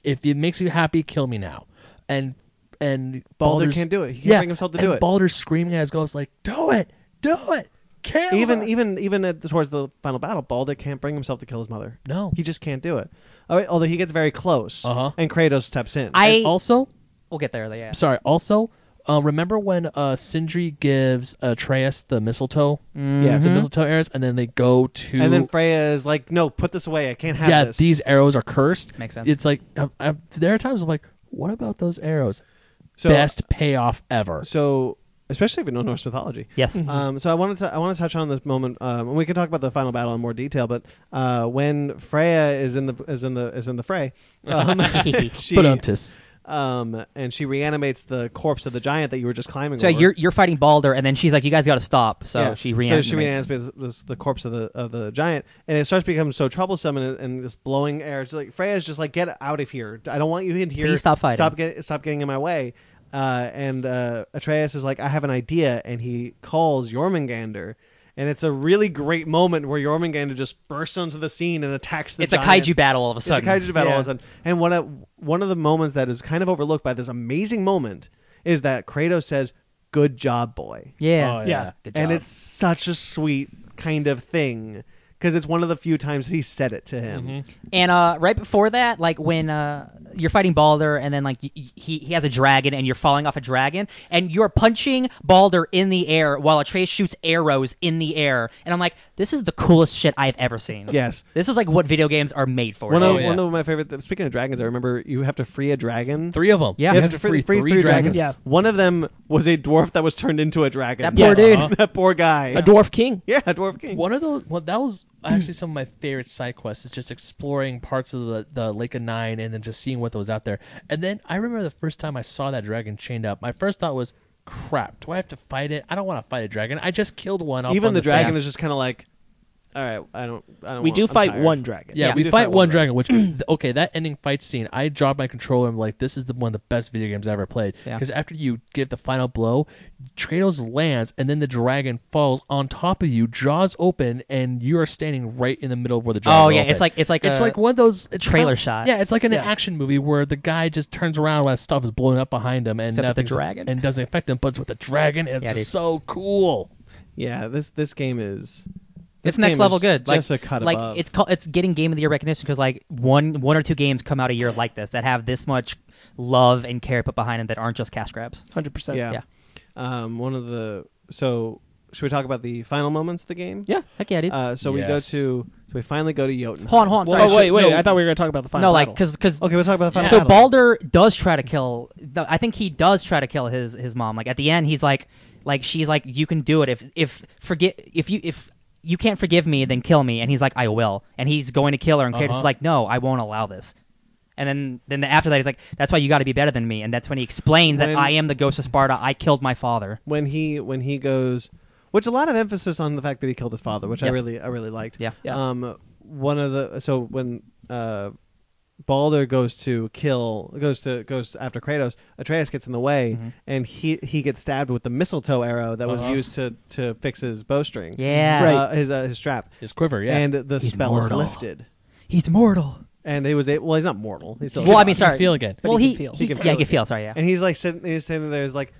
S2: if it makes you happy kill me now and and
S1: Balder
S2: Baldur's-
S1: can't do it. He can't bring himself to
S2: and
S1: do it.
S2: Balder's screaming at his ghost like do it do it kill
S1: even e
S2: her!"
S1: even even at, towards the final battle, Balder can't bring himself to kill his mother.
S2: no
S1: He just can't do it. All right, although he gets very close,
S2: Uh-huh.
S1: and Kratos steps in.
S3: I
S2: also
S3: we'll get there. Yeah.
S2: Sorry. Also, uh, remember when uh, Sindri gives uh, Atreus the mistletoe?
S1: Yes. Mm-hmm.
S2: The mistletoe arrows, and then they go to.
S1: and then Freya is like, "No, put this away. I can't have
S2: yeah,
S1: this."
S2: these arrows are cursed.
S3: Makes sense.
S2: It's like I, I, there are times I'm like, what about those arrows?
S1: so,
S2: Best payoff ever.
S1: So, especially if you know Norse mythology.
S3: Yes.
S1: Um, so I wanted to I want to touch on this moment, um, and we can talk about the final battle in more detail. But uh, when Freya is in the is in the is in the fray, um, she
S2: But
S1: um, and she reanimates the corpse of the giant that you were just climbing.
S3: So
S1: over.
S3: you're you're fighting Balder, and then she's like, "You guys got to stop." So
S1: Yeah.
S3: she reanimates.
S1: So she reanimates this, the corpse of the of the giant, and it starts becoming so troublesome and, and this blowing air. It's like Freya's just like, "Get out of here! I don't want you in here.
S3: Please stop fighting.
S1: Stop getting stop getting in my way." Uh, and uh, Atreus is like, "I have an idea," and he calls Jormungandr, And it's a really great moment where Jormungandr just bursts onto the scene and attacks the
S3: it's a
S1: giant-
S3: kaiju battle all of a sudden.
S1: It's a kaiju battle all of
S4: Yeah.
S1: a sudden. And one of, one of the moments that is kind of overlooked by this amazing moment is that Kratos says, "Good job, boy,"
S3: Yeah.
S2: Oh, yeah.
S4: Yeah.
S3: Good
S1: and
S3: job.
S1: it's such a sweet kind of thing because it's one of the few times he said it to him.
S4: Mm-hmm.
S3: And uh, right before that, like when uh, you're fighting Balder, and then like y- y- he he has a dragon, and you're falling off a dragon, and you're punching Balder in the air while Atreus shoots arrows in the air, and I'm like, this is the coolest shit I've ever seen.
S1: Yes.
S3: this is like what video games are made for.
S1: One
S2: Oh,
S1: of,
S2: yeah.
S1: one of my favorite. Speaking of dragons, I remember you have to free a dragon.
S2: Three of them.
S3: Yeah.
S1: You
S3: You
S1: have to free, free three, dragons.
S4: Yeah.
S1: One of them was a dwarf that was turned into a dragon.
S3: That poor
S4: Yes.
S2: dude.
S1: that poor guy.
S4: A dwarf king.
S1: yeah, a dwarf king.
S2: One of those. Well, that was actually some of my favorite side quests. Is just exploring parts of the, the Lake of Nine and then just seeing what was out there. And then I remember the first time I saw that dragon chained up. My first thought was, "Crap! Do I have to fight it? I don't want to fight a dragon. I just killed one." off
S1: Even
S2: on
S1: the dragon
S2: path."
S1: is just kind of like, all right, I don't. I don't
S4: We
S1: want-
S4: do
S1: I'm
S4: fight
S1: tired."
S4: one dragon.
S2: Yeah,
S1: Yeah,
S2: we,
S1: we do
S2: fight one dragon. Which okay, that ending fight scene, I dropped my controller. and I'm like, this is the one of the best video games I ever played.
S3: Yeah.
S2: Because after you give the final blow, Kratos lands, and then the dragon falls on top of you, jaws open, and you are standing right in the middle of where the dragon.
S3: Oh yeah,
S2: opened.
S3: it's like it's like
S2: it's
S3: a-
S2: like one of those it's
S3: trailer
S2: not-
S3: shot.
S2: Yeah, it's like in an
S4: Yeah.
S2: action movie where the guy just turns around while stuff is blowing up behind him, and
S3: Except with the
S2: nothing's
S3: dragon.
S2: and doesn't affect him. But it's with the dragon, and it's
S3: Yeah,
S2: just
S3: dude.
S2: so cool.
S1: Yeah, this this game is.
S3: It's
S1: this
S3: next
S1: game
S3: level
S1: is
S3: good. Like,
S1: Just a cut
S3: like
S1: above.
S3: it's called it's getting game of the year recognition because like one one or two games come out a year like this that have this much love and care put behind them that aren't just cash grabs.
S4: Hundred percent.
S1: yeah.
S3: yeah.
S1: Um, one of the so should we talk about the final moments of the game?
S3: Yeah, heck yeah, dude.
S1: Uh, so we go
S2: Yes.
S1: to so we finally go to Jotun.
S3: hold on, hold on.
S2: Well,
S3: sorry.
S4: Oh wait, wait.
S2: No.
S4: I thought we were gonna talk about the final.
S3: no, like
S4: battle.
S3: because because
S1: Okay, we'll talk about the final.
S3: So
S1: battle.
S3: Balder does try to kill. th- I think he does try to kill his his mom. Like at the end, he's like, like she's like, you can do it. If if forget if you if you can't forgive me, then kill me. And he's like, I will. And he's going to kill her. And Kratos
S2: Uh-huh.
S3: is like, No, I won't allow this. And then then after that, he's like, That's why you got to be better than me. And that's when he explains
S1: When-
S3: that I am the ghost of Sparta. I killed my father.
S1: when he when he goes, which a lot of emphasis on the fact that he killed his father, which I
S3: Yes.
S1: really I really liked.
S3: Yeah.
S4: Yeah.
S1: Um, one of the so when uh, Balder goes to kill goes to goes after Kratos, Atreus gets in the way,
S3: Mm-hmm.
S1: and he he gets stabbed with the mistletoe arrow that was
S2: Uh-huh.
S1: used to to fix his bowstring.
S3: Yeah,
S1: Uh, his uh, his strap.
S2: His quiver, yeah.
S1: And the
S3: He's
S1: spell
S3: mortal.
S1: is lifted.
S3: he's mortal.
S1: And he was a- well, he's not mortal. He's still
S3: Well, I
S1: alive.
S3: mean, sorry.
S2: feel again.
S4: But
S3: Well,
S4: he
S3: he,
S4: can feel.
S3: he-
S1: He can
S3: yeah,
S1: feel
S3: he can
S1: again.
S3: feel. Sorry, yeah.
S1: And he's like sitting, he's standing there, he's like,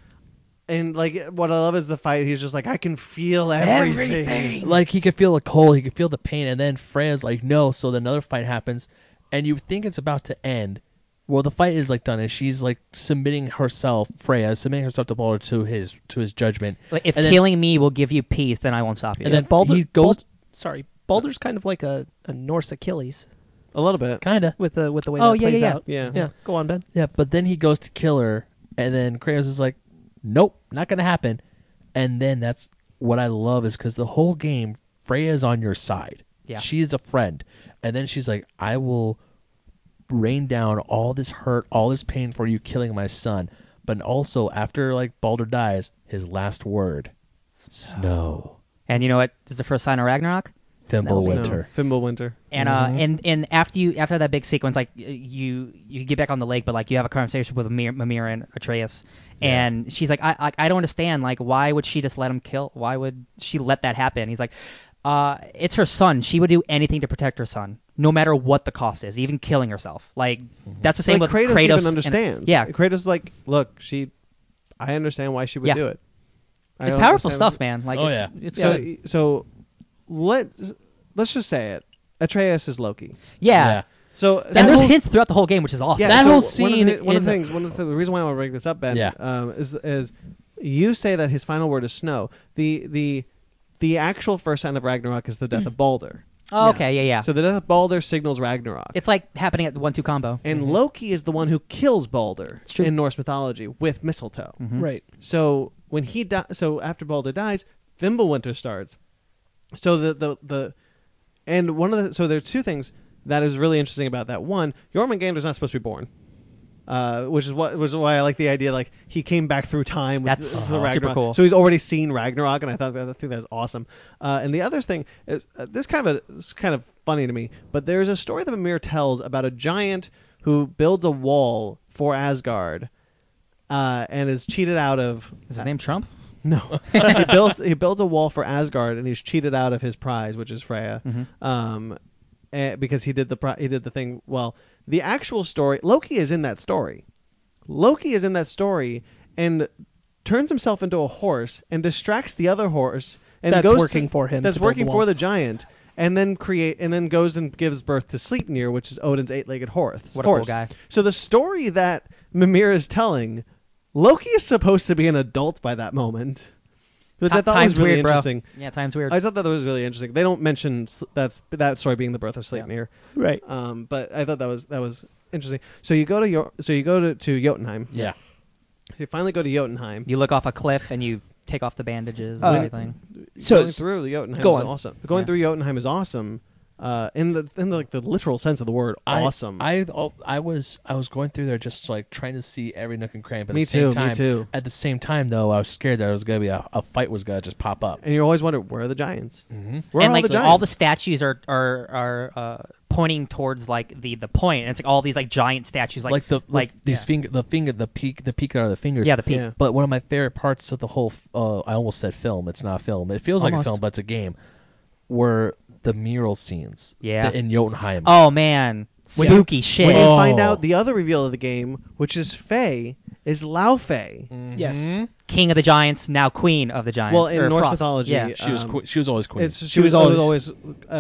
S1: and like what I love is the fight. He's just like, I can feel everything.
S2: like he could feel the cold, he could feel the pain, and then Freya's like, no. So then another fight happens, and you think it's about to end. Well, the fight is like done, and she's like submitting herself, Freya, submitting herself to Balder to his to his judgment.
S3: Like, if
S2: and then-
S3: killing me will give you peace, then I won't stop you.
S2: and then
S4: Balder,
S2: he goes
S4: Bald- sorry, Balder's kind of like a, a Norse Achilles
S1: A little bit.
S2: kinda,
S4: with the with the way
S3: Oh,
S4: that
S3: yeah,
S4: plays
S3: yeah, yeah.
S4: out.
S1: Yeah.
S4: yeah. Go on, Ben.
S2: yeah. But then he goes to kill her, and then Kratos is like, nope, not gonna happen. And then that's what I love is because the whole game, Freya is on your side.
S3: Yeah.
S2: she is a friend, and then she's like, I will rain down all this hurt, all this pain for you killing my son. But also after like Balder dies, his last word, snow,
S3: And you know what? This is the first sign of Ragnarok.
S2: Thimble
S3: Snows.
S1: No,
S2: Winter.
S1: Fimbulwinter.
S3: And uh,
S1: Mm-hmm.
S3: and and after you after that big sequence, like y- you you get back on the lake, but like you have a conversation with Mimir, Mimir and Atreus, and she's like, I, I I don't understand. Like, why would she just let him kill? Why would she let that happen? He's like, uh, it's her son. She would do anything to protect her son, no matter what the cost is, even killing herself. Like
S2: Mm-hmm.
S3: that's the same
S1: like,
S3: with
S1: Kratos,
S3: Kratos.
S1: even
S3: and-
S1: understands.
S3: yeah,
S1: Kratos is like, look, she, I understand why she would
S3: Yeah.
S1: do it. I
S3: it's
S1: don't
S3: powerful
S1: understand-
S3: stuff, man. Like,
S2: Oh,
S3: it's,
S2: yeah.
S3: it's
S1: So,
S3: good.
S1: so let let's just say it. Atreus is Loki.
S3: yeah.
S1: So
S3: And there's
S1: so-
S3: hints throughout the whole game, which is
S1: Yeah,
S3: awesome.
S2: That
S1: so
S2: whole
S1: One of
S2: scene
S1: the, one of the
S2: in
S1: things, one of the, the reason why I want to bring this up, Ben,
S2: Yeah.
S1: um, is is you say that his final word is snow. The the the actual first sign of Ragnarok is the death of Balder.
S3: Oh, okay, yeah, yeah.
S1: So the death of Balder signals Ragnarok.
S3: it's like happening at the one-two combo.
S1: and Loki is the one who kills Balder
S4: true. Mm-hmm.
S1: in Norse mythology with mistletoe.
S4: Right.
S1: So when he di- so after Balder dies, Fimbulwinter starts. So the the the and one of the so there are two things that is really interesting about that. One, Jormungandr's not supposed to be born. Uh, which is what which is why I like the idea like he came back through time. With
S3: That's
S1: the
S3: super
S1: Ragnarok.
S3: cool.
S1: So he's already seen Ragnarok, and I thought that I think that's awesome. Uh, and the other thing is uh, this kind of a, it's kind of funny to me, but there's a story that Mimir tells about a giant who builds a wall for Asgard, uh, and is cheated out of
S3: Is his name Trump?
S1: No, he built he built a wall for Asgard, and he's cheated out of his prize, which is Freya,
S4: Mm-hmm.
S1: um, eh, because he did the pri- he did the thing. Well, the actual story Loki is in that story. Loki is in that story and turns himself into a horse and distracts the other horse and
S4: That's
S1: goes
S4: working
S1: to-
S4: for him
S1: That's
S4: to build
S1: working
S4: the
S1: for
S4: wall.
S1: the giant. And then create, and then goes and gives birth to Sleipnir, which is Odin's eight-legged horse.
S3: What a cool
S1: horse.
S3: guy.
S1: So the story that Mimir is telling, Loki is supposed to be an adult by that moment, which I
S3: Ti-
S1: thought
S3: time's
S1: was really
S3: weird, bro.
S1: interesting.
S3: Yeah, time's weird.
S1: I thought that was really interesting. They don't mention Sl- that's that story being the birth of Sleipnir,
S4: Right.
S1: um, but I thought that was that was interesting. So you go to your, so you go to, to Jotunheim.
S2: Yeah.
S1: So you finally go to Jotunheim.
S3: you look off a cliff and you take off the bandages
S4: Uh,
S3: and everything.
S4: So
S1: going
S4: it's-
S1: through Jotunheim
S4: go
S1: is
S4: on.
S1: awesome. Going
S3: Yeah.
S1: through Jotunheim is awesome. Uh, in the in the, like the literal sense of the word,
S2: I-
S1: awesome.
S2: I oh, I was I was going through there just like trying to see every nook and cranny. But at
S1: Me
S2: the same
S1: too, me
S2: time,
S1: too.
S2: At the same time, though, I was scared that it was gonna be a, a fight was gonna just pop up.
S1: and you always wonder where are the giants? Mm-hmm. Where
S3: and
S1: are
S3: like
S1: all the giants?
S3: all the statues are are are uh, pointing towards like the the point. And it's like all these like giant statues, like
S2: Like, the like
S3: like
S2: these
S3: yeah.
S2: finger the finger the peak the peak that are the fingers.
S3: Yeah, the peak.
S1: Yeah.
S2: But one of my favorite parts of the whole f- uh, I almost said film. It's not a film. It feels like a
S3: Almost.
S2: film, but it's a game. Were the mural scenes?
S3: Yeah.
S2: that- in Jotunheim.
S3: Oh man, spooky shit.
S1: when you
S2: Whoa.
S1: find out the other reveal of the game, which is Faye, is Lao Faye.
S4: yes.
S1: Mm-hmm.
S3: King of the Giants, now Queen of the Giants.
S1: Well, in
S3: or
S1: Norse
S3: Frost.
S1: mythology,
S3: yeah.
S2: she was
S1: um,
S2: que- she was always queen.
S1: It's, she, was, always, always a,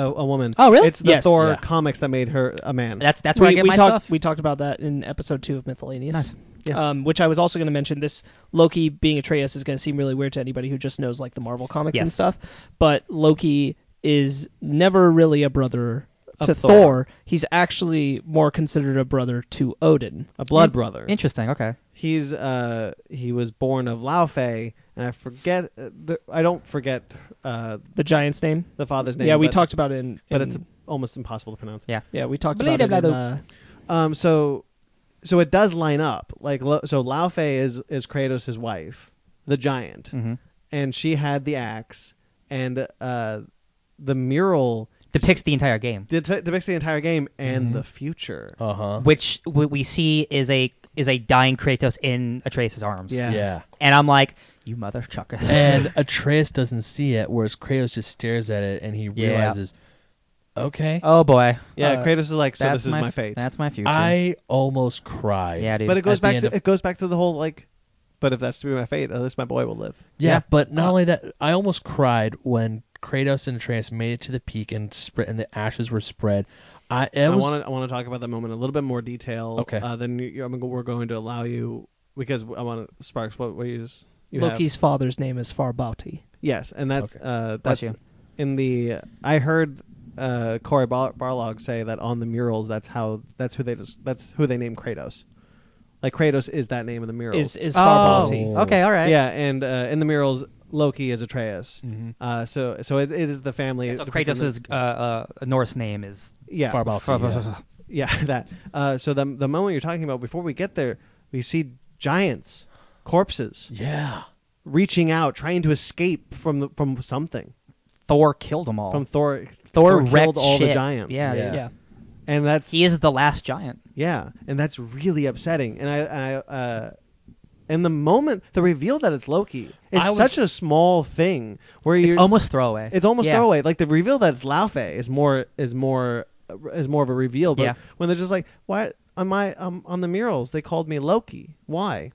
S1: a woman.
S4: Oh, really?
S1: It's the
S4: Yes.
S1: Thor
S2: Yeah.
S1: comics that made her a man.
S3: That's that's where
S4: we,
S3: I get
S4: we
S3: my
S4: talked,
S3: stuff.
S4: We talked about that in episode two of Miscellaneous.
S3: Nice.
S1: Yeah.
S4: Um, which I was also going to mention. This Loki being Atreus is going to seem really weird to anybody who just knows like the Marvel comics and
S3: Yes.
S4: stuff. But Loki is never really a brother
S1: Of
S4: to
S1: Thor.
S4: Thor. He's actually more considered a brother to Odin.
S1: a blood brother.
S3: Interesting. Okay.
S1: He's uh he was born of Lao Faye, and I forget. Uh, the, I don't forget uh
S4: The giant's name.
S1: the father's name.
S4: yeah, we
S1: but-
S4: talked about it. In,
S1: but
S4: in-
S1: it's almost impossible to pronounce.
S4: yeah, we talked
S3: Blah,
S4: about it.
S3: blah,
S4: in,
S3: blah.
S4: uh,
S1: Um, so, so it does line up. Like, Lo- so Lao Fei is is Kratos' wife, the giant,
S3: Mhm.
S1: and she had the axe, and uh, the mural
S3: Depicts the entire game,
S1: det- depicts the entire game and the future.
S2: uh huh.
S3: which what we see is a is a dying Kratos in Atreus' arms.
S1: Yeah.
S2: yeah.
S3: And I'm like, you mother chuckers.
S2: and Atreus doesn't see it, whereas Kratos just stares at it and he realizes, okay,
S3: oh boy.
S1: Yeah,
S3: Uh,
S1: Kratos is like, so
S3: that's
S1: this is my, fate.
S3: That's my future.
S2: I almost cried.
S3: yeah, dude.
S1: but it goes
S2: at the
S1: back
S2: end
S1: to
S2: of-
S1: it goes back to the whole like, but if that's to be my fate, at least my boy will live.
S2: yeah.
S3: yeah.
S2: But not only that, I almost cried when Kratos and Atreus made it to the peak and spread, and the ashes were spread. I it
S1: I
S2: was
S1: want to I want to talk about that moment in a little bit more detail.
S2: Okay.
S1: uh, then you, I'm, go- we're going to allow you because I want to sparks. What, what you s- you have?
S4: Loki's father's name is Farbauti.
S1: Yes, and that's
S2: Okay.
S1: uh,
S3: Bless
S1: that's
S3: you.
S1: in the. I heard uh, Corey Bar- Barlog say that on the murals, that's how that's who they just that's who they name Kratos. Like Kratos is that name of the mural.
S4: Is is
S3: oh,
S4: Farbauti?
S3: okay, all right.
S1: yeah, and uh, in the murals, Loki is Atreus. Uh, so so it, it is the family.
S3: So
S1: depicting the-
S3: Kratos' uh, uh, Norse name is
S1: yeah
S2: Farbauti, yeah.
S1: yeah that. Uh, so the the moment you're talking about before we get there, we see giants, corpses
S2: yeah.
S1: reaching out, trying to escape from the, from something.
S3: Thor killed them all.
S1: From Thor,
S3: Thor
S1: killed
S3: wrecked
S1: all the
S3: shit.
S1: giants.
S3: Yeah,
S2: Yeah.
S3: dude.
S4: Yeah.
S1: and that's
S3: He is the last giant.
S1: Yeah, and that's really upsetting. And I, I uh, and the moment the reveal that it's Loki is
S2: I was-
S1: such a small thing where
S3: It's
S1: you
S3: almost throwaway.
S1: it's almost
S3: Yeah.
S1: throwaway. Like the reveal that it's Laufey is more is more is more of a reveal. But
S3: Yeah.
S1: when they're just like, why on my um, on the murals they called me Loki? Why?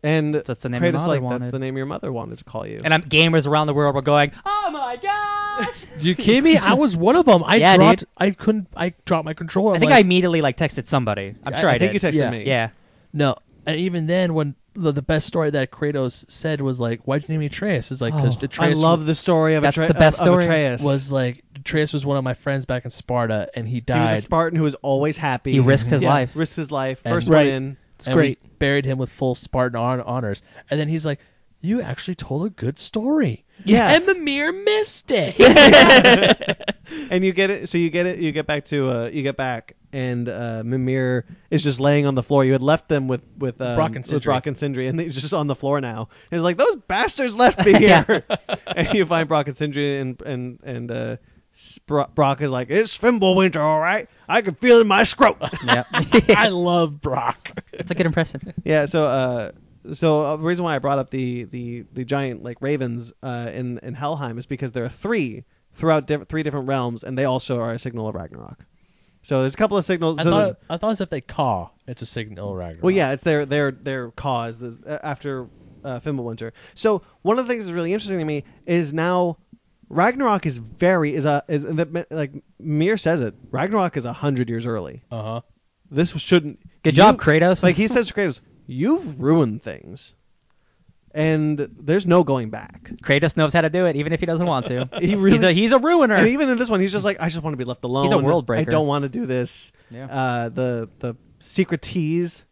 S1: And
S3: That's the name your
S1: Kratos
S3: mother
S1: like that's
S3: wanted.
S1: the name your mother wanted to call you.
S3: And I'm, gamers around the world were going, "Oh my gosh!"
S2: You kidding me? I was one of them. I
S3: Yeah,
S2: dropped.
S3: dude.
S2: I couldn't. I dropped my controller.
S3: I
S2: I'm
S3: think I
S2: like,
S3: immediately like texted somebody. I'm
S1: I-
S3: sure I,
S1: I, think
S3: did.
S1: you texted
S2: Yeah.
S1: me.
S3: Yeah,
S2: no. And even then, when the, the best story that Kratos said was like, "Why'd you name me Atreus?" Is like because
S3: Oh,
S1: I
S3: I
S2: Atreus
S1: love the story of,
S3: That's
S1: Atre-
S3: the best
S1: of- of
S3: story.
S1: Atreus.
S2: was like Atreus was one of my friends back in Sparta, and he
S1: he was
S2: died.
S1: a Spartan who was always happy.
S3: he risked his
S4: Yeah.
S3: life.
S1: risks his life.
S2: And-
S1: First
S4: Right.
S1: one in.
S4: It's
S2: and
S4: great.
S2: We buried him with full Spartan hon- honors, and then he's like, "You actually told a good story."
S1: Yeah.
S2: and Mimir missed it.
S1: and you get it. So you get it. You get back to uh, you get back, and uh, Mimir is just laying on the floor. You had left them with with, um,
S2: Brock and
S1: with
S2: Sindri.
S1: Brock and Sindri, and he's just on the floor now. And he's like, "Those bastards left me here." and you find Brock and Sindri, and and and uh, S- Bro- Brock is like, "It's Fimble Winter, all right. I can feel it in my scrot."
S3: yeah,
S2: I love Brock.
S3: it's a good impression.
S1: yeah. So uh, so uh, the reason why I brought up the the the giant like ravens uh, in in Helheim is because there are three throughout diff- three different realms, and they also are a signal of Ragnarok. So there's a couple of signals.
S2: I
S1: so
S2: thought
S1: the-
S2: I thought as if they caw, it's a signal Ragnarok.
S1: well, yeah, it's their their their cause this- uh, after uh, Fimbulwinter. So one of the things that's really interesting to me is now Ragnarok is very is a is the, like Mir says it. Ragnarok is a hundred years early.
S2: Uh huh.
S1: This shouldn't.
S3: Good job, Kratos.
S1: Like he says to Kratos, "You've ruined things, and there's no going back."
S3: Kratos knows how to do it, even if he doesn't want to.
S1: He really-
S3: he's a he's a ruiner.
S1: And even in this one, he's just like, "I just want to be left alone. I
S3: world breaker.
S1: don't want to do this."
S3: Yeah.
S1: Uh, the the secret tease.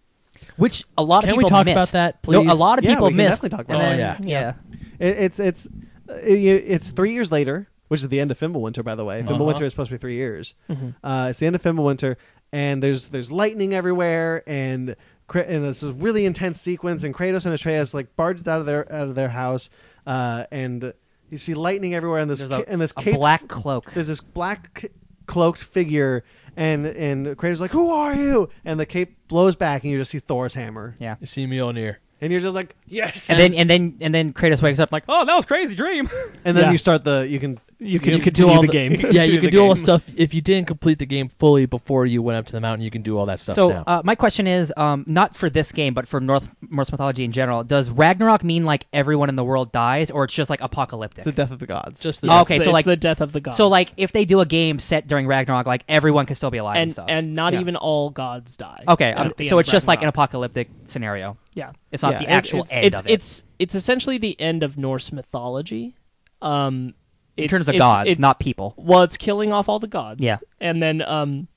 S3: which a lot
S2: Can
S3: of
S2: we
S3: people
S2: talk about
S3: missed.
S2: that,
S3: No, a
S2: please?
S3: lot of
S1: Yeah,
S3: people
S1: we can
S3: missed.
S1: definitely talk
S3: and
S2: about
S3: then-
S2: that.
S3: yeah. yeah.
S1: It, it's it's uh, it, it's three years later, which is the end of Fimbulwinter, by the way.
S3: Uh-huh.
S1: Fimbulwinter is supposed to be three years.
S3: Mm-hmm.
S1: Uh, it's the end of Fimbulwinter, and there's there's lightning everywhere, and Kra- and this is really intense sequence, and Kratos and Atreus like barged out of their out of their house, uh, and you see lightning everywhere, and this
S3: There's
S1: ca-
S3: a,
S1: and this
S3: a
S1: cape-
S3: black cloak.
S1: there's this black c- cloaked figure, and and Kratos is like, "Who are you?" And the cape blows back, and you just see Thor's hammer,
S3: Yeah.
S2: You see Mjolnir.
S1: and you're just like, "Yes!"
S3: And then and then and then Kratos wakes up like, oh, that was a crazy dream.
S1: and then
S4: Yeah.
S1: you start the you can
S4: You can
S2: You could do
S4: continue
S2: all
S4: the
S2: the-
S4: game.
S2: yeah, you
S1: Through
S2: can
S1: the
S2: do all the
S1: game.
S2: stuff. If you didn't complete the game fully before you went up to the mountain, you can do all that stuff
S3: so
S2: now.
S3: uh, my question is, um, not for this game, but for North Norse mythology in general, does Ragnarok mean like everyone in the world dies, or it's just like apocalyptic?
S1: it's the death of the gods.
S2: Just the
S4: It's
S3: okay,
S4: the-
S3: so like-
S4: it's the death of the gods.
S3: so like if they do a game set during Ragnarok, like everyone can still be alive and,
S4: and
S3: stuff.
S4: and not
S1: Yeah.
S4: even all gods die.
S3: okay,
S4: at
S3: um,
S4: the
S3: so
S4: end
S3: it's
S4: of
S3: just like an
S4: Ragnarok.
S3: apocalyptic scenario.
S4: yeah.
S3: It's not
S1: Yeah,
S3: the
S1: it-
S3: actual
S1: it's-
S3: end
S4: it's
S3: of it.
S4: it's it's essentially the end of Norse mythology. Um,
S3: in
S4: it's-
S3: terms of
S4: it's-
S3: gods,
S4: it-
S3: not people.
S4: well, it's killing off all the gods.
S3: Yeah.
S4: and then um,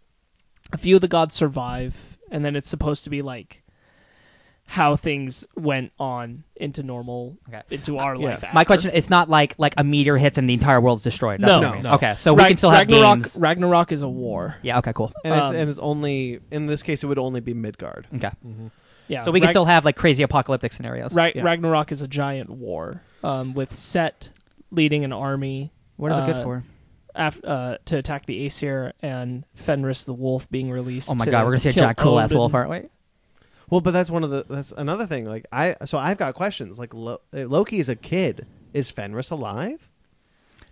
S4: a few of the gods survive, and then it's supposed to be like how things went on into normal
S3: Okay.
S4: into our
S1: yeah.
S4: life.
S3: My
S4: after.
S3: question: It's not like like a meteor hits and the entire world's destroyed. That's
S4: No.
S3: what I mean.
S1: No.
S3: Okay, so we
S4: Rag-
S3: can still have
S4: Ragnarok,
S3: games.
S4: Ragnarok is a war.
S3: yeah. Okay. Cool.
S1: and it's
S4: Um,
S1: and it's only in this case it would only be Midgard.
S3: Okay.
S4: Yeah,
S3: So we can
S4: Rag-
S3: still have like crazy apocalyptic scenarios.
S4: Ra-
S1: Yeah.
S4: Ragnarok is a giant war um, with Set leading an army
S3: What is it good
S4: Uh,
S3: for? Oh
S4: af- uh, to attack the Aesir and Fenris the wolf being released.
S3: Oh my
S4: to
S3: god, we're gonna see a
S4: kill
S3: giant cool ass
S4: Odin.
S3: wolf, aren't we?
S1: Well, but that's one of the that's another thing. Like I so I've got questions. Like Lo, uh, Loki is a kid. Is Fenris alive?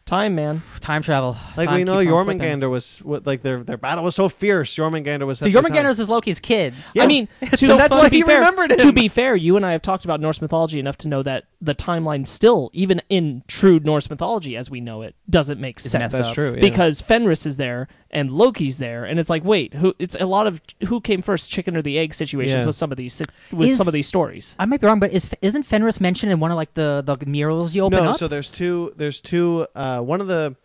S4: Time, man.
S3: Time travel.
S1: Like
S3: Time
S1: we know
S3: keeps on slipping.
S1: Jormungandr was what, like their their battle was so fierce. Jormungandr was
S3: So Jormungandr is Loki's kid.
S1: Yeah.
S4: I mean, to,
S1: So that's
S4: to
S1: why
S4: be
S1: he
S4: fair,
S1: remembered him.
S4: To be fair, you and I have talked about Norse mythology enough to know that the timeline still, even in true Norse mythology as we know it, doesn't make sense.
S3: messed That's up.
S1: true, yeah.
S4: Because Fenris is there and Loki's there, and it's like, wait, who? It's a lot of who came first, chicken or the egg situations
S1: Yeah.
S4: with some of these si- with
S3: Is-
S4: some of these stories.
S3: I might be wrong, but is isn't Fenris mentioned in one of like the the murals you open
S1: no.
S3: up?
S1: So there's two. There's two. Uh, one of the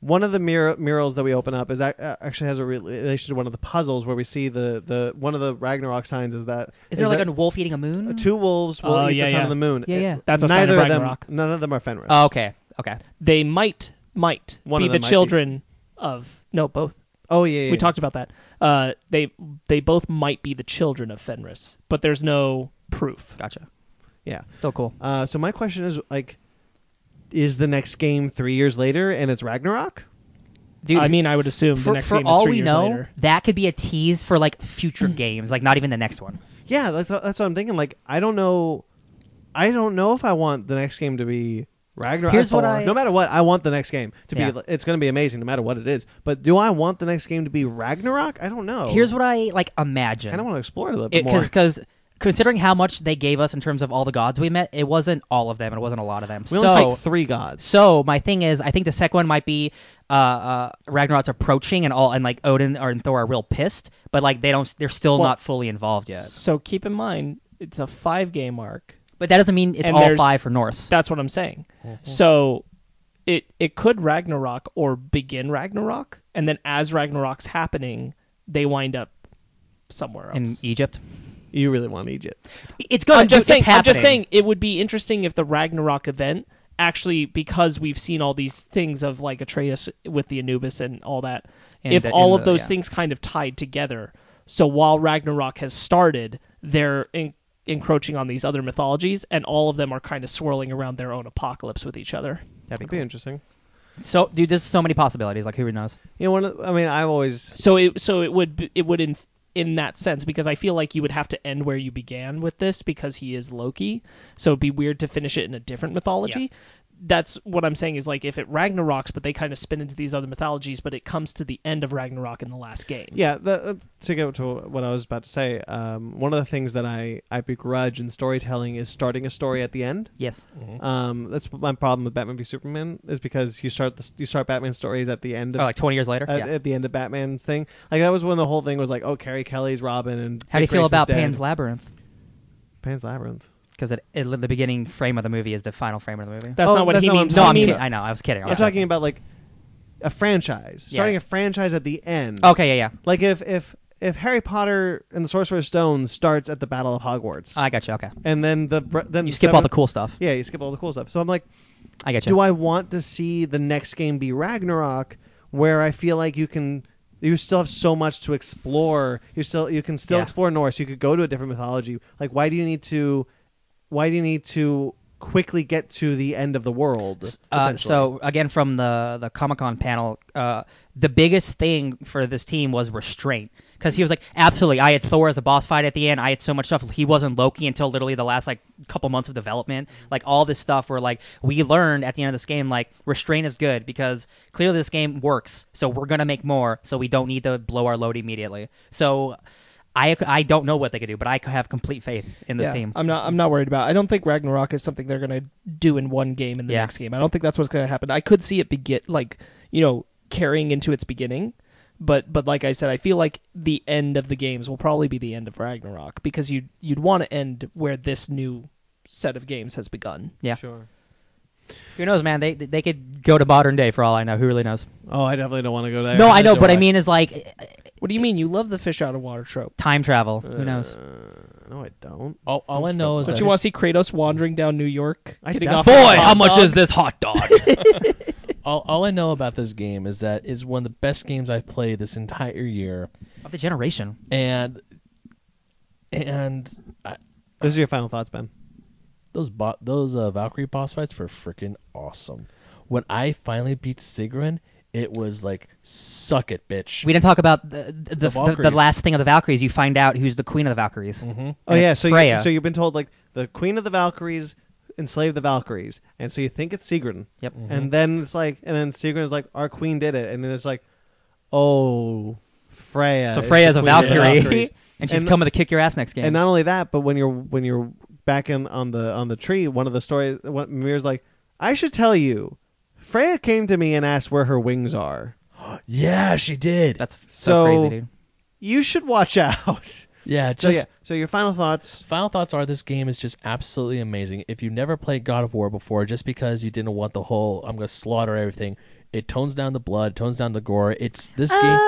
S1: one of the mur- murals that we open up is ac- uh, actually has a re- relation to one of the puzzles where we see the the one of the Ragnarok signs is that
S3: is there like
S1: that
S3: a wolf eating a moon?
S1: two wolves will
S4: Oh,
S1: eat
S4: yeah,
S1: the sun
S4: yeah.
S1: and the moon.
S3: Yeah, yeah.
S4: That's a sign
S1: neither
S4: of
S1: them.
S4: Ragnarok.
S1: None of them are Fenris.
S3: Oh, okay. Okay.
S4: They might might
S1: One
S4: be
S1: of
S4: the
S1: them might be.
S4: children of no both.
S1: oh yeah, yeah.
S4: we
S1: yeah.
S4: talked about that. Uh, they they both might be the children of Fenris, but there's no proof.
S3: Gotcha.
S1: Yeah.
S3: Still cool.
S1: Uh, so my question is like, is the next game three years later and it's Ragnarok?
S3: Dude,
S4: I mean, I would assume the
S3: for,
S4: next
S3: for
S4: game is
S3: all
S4: three
S3: we
S4: years
S3: know,
S4: later.
S3: that could be a tease for like future games, like not even the next one.
S1: Yeah, that's that's what I'm thinking. Like, I don't know, I don't know if I want the next game to be Ragnarok.
S3: Here's what
S1: or-
S3: I-
S1: no matter what, I want the next game to be.
S3: Yeah.
S1: It's going to be amazing, no matter what it is. But do I want the next game to be Ragnarok? I don't
S4: Oh.
S1: know.
S3: Here's what I like imagine.
S1: I kind of want to explore it a little bit more.
S3: because because considering how much they gave us in terms of all the gods we met, it wasn't all of them. It wasn't a lot of them.
S1: We
S3: so
S1: only see like three gods.
S3: so my thing is, I think the second one might be uh, uh, Ragnarok's approaching, and all and like Odin or and Thor are real pissed, but like they don't, they're still
S4: Well-
S3: not fully involved yet.
S4: So keep in mind, it's a five game arc.
S3: But that doesn't mean it's
S4: And
S3: all
S4: there's-
S3: five for Norse.
S4: That's what I'm saying. So it it could Ragnarok or begin Ragnarok, and then as Ragnarok's happening, they wind up somewhere
S3: in
S4: else.
S3: Egypt,
S1: You really want Egypt?
S3: it's good.
S4: I'm just
S3: It's
S4: saying. I'm just
S3: happening.
S4: saying it would be interesting if the Ragnarok event actually, because we've seen all these things of like Atreus with the Anubis and all that,
S3: And
S4: if
S3: the-
S4: all
S3: and
S4: of
S3: the-
S4: those
S3: yeah.
S4: things kind of tied together. So while Ragnarok has started, they're en- encroaching on these other mythologies, and all of them are kind of swirling around their own apocalypse with each other.
S1: It'd
S3: That'd be
S1: be
S3: cool.
S1: interesting.
S3: So, dude, there's so many possibilities. Like, who knows?
S1: You know, one. Of, I mean, I've always
S4: So it so it would be- it would in, in that sense because I feel like you would have to end where you began with this because he is Loki. So it'd be weird to finish it in a different mythology. That's what I'm saying is like if it Ragnaroks, but they kind of spin into these other mythologies, but it comes to the end of Ragnarok in the last game.
S1: Yeah, the, to get to what I was about to say, um, one of the things that I, I begrudge in storytelling is starting a story at the end.
S3: Yes.
S2: Mm-hmm.
S1: Um, that's my problem with Batman v Superman is because you start the, you start Batman stories at the end
S3: Or
S1: of
S3: Oh, like 20 years later.
S4: Uh,
S1: at,
S3: yeah.
S1: at the end of Batman's thing. Like that was when the whole thing was like, oh, Carrie Kelly's Robin and
S3: How do you
S1: Dick
S3: feel
S1: Grayson's
S3: about
S1: dead.
S3: Pan's Labyrinth?
S1: Pan's Labyrinth?
S3: Because at the beginning frame of the movie is the final frame of the movie.
S4: That's
S1: Oh,
S4: not what
S1: that's
S4: he
S1: not what
S4: means.
S1: I'm
S3: no,
S4: He
S3: I'm
S4: means
S3: kidding. I know. I was kidding. I
S1: I'm
S3: was
S1: talking about like a franchise,
S3: Yeah.
S1: starting a franchise at the end.
S3: Okay. Yeah. Yeah.
S1: Like if if if Harry Potter and the Sorcerer's Stone starts at the Battle of Hogwarts,
S3: I got you. Okay.
S1: and then the br- then
S3: You skip all the cool stuff.
S1: yeah, you skip all the cool stuff. So I'm like,
S3: I got you.
S1: do I want to see the next game be Ragnarok, where I feel like you can you still have so much to explore. You still you can still
S3: Yeah.
S1: explore Norse. You could go to a different mythology. Like why do you need to why do you need to quickly get to the end of the world?
S3: Uh,
S1: essentially?
S3: so again, from the the Comic Con panel, uh, the biggest thing for this team was restraint because he was like, absolutely, I had Thor as a boss fight at the end. I had so much stuff. He wasn't Loki until literally the last like couple months of development.
S1: Mm-hmm.
S3: Like all this stuff where like we learned at the end of this game, like restraint is good because clearly this game works. So we're gonna make more. So we don't need to blow our load immediately. So. I, I don't know what they could do, but I have complete faith in this
S4: Yeah,
S3: team.
S4: I'm not I'm not worried about. it. I don't think Ragnarok is something they're going to do in one game in the
S3: Yeah.
S4: next game. I don't think that's what's going to happen. I could see it begin like, you know, carrying into its beginning, but but like I said, I feel like the end of the games will probably be the end of Ragnarok because you you'd want to end where this new set of games has begun.
S3: yeah.
S1: sure.
S3: Who knows, man? They they could go to modern day for all I know. Who really knows?
S1: Oh, I definitely don't want to go there.
S3: No, I know,
S1: do
S3: but I mean is like
S4: What do you mean you love the fish out of water trope?
S3: time travel. Who knows?
S1: Uh, no, I don't.
S2: All, all I know is
S4: Don't
S2: that
S4: you want to see Kratos wandering down New York?
S1: I
S4: getting
S1: doubt-
S4: off
S1: Boy,
S4: on a hot dog?
S3: this hot dog?
S2: all, all I know about this game is that it's one of the best games I've played this entire year,
S3: of the generation.
S2: and and I,
S1: This is your final thoughts, Ben.
S2: those bo- those uh, Valkyrie boss fights were freaking awesome. When I finally beat Sigrun, it was like suck it, bitch.
S3: We didn't talk about the the, the, the,
S2: Valkyries.
S3: last thing of the Valkyries. You find out who's the queen of the Valkyries.
S1: Oh
S3: And
S1: yeah,
S3: it's
S1: so
S3: Freya.
S1: You, so you've been told like the queen of the Valkyries enslaved the Valkyries, and so you think it's Sigrun.
S3: Yep.
S1: And then it's like, and then Sigrun is like, our queen did it, and then it's like, oh, Freya.
S3: So
S1: is
S3: Freya's
S1: the
S3: a
S1: queen of the
S3: Valkyrie,
S1: Valkyries.
S3: and she's
S1: And-
S3: coming to kick your ass next game.
S1: and not only that, but when you're when you're back in on the on the tree, one of the stories, one Mir's like, I should tell you, Freya came to me and asked where her wings are.
S2: yeah, she did.
S3: That's so,
S1: So-
S3: crazy, dude.
S1: You should watch out.
S2: yeah, just
S1: so yeah. So your final thoughts.
S2: Final thoughts are this game is just absolutely amazing. If you've never played God of War before, just because you didn't want the whole I'm gonna slaughter everything, it tones down the blood, tones down the gore. It's this game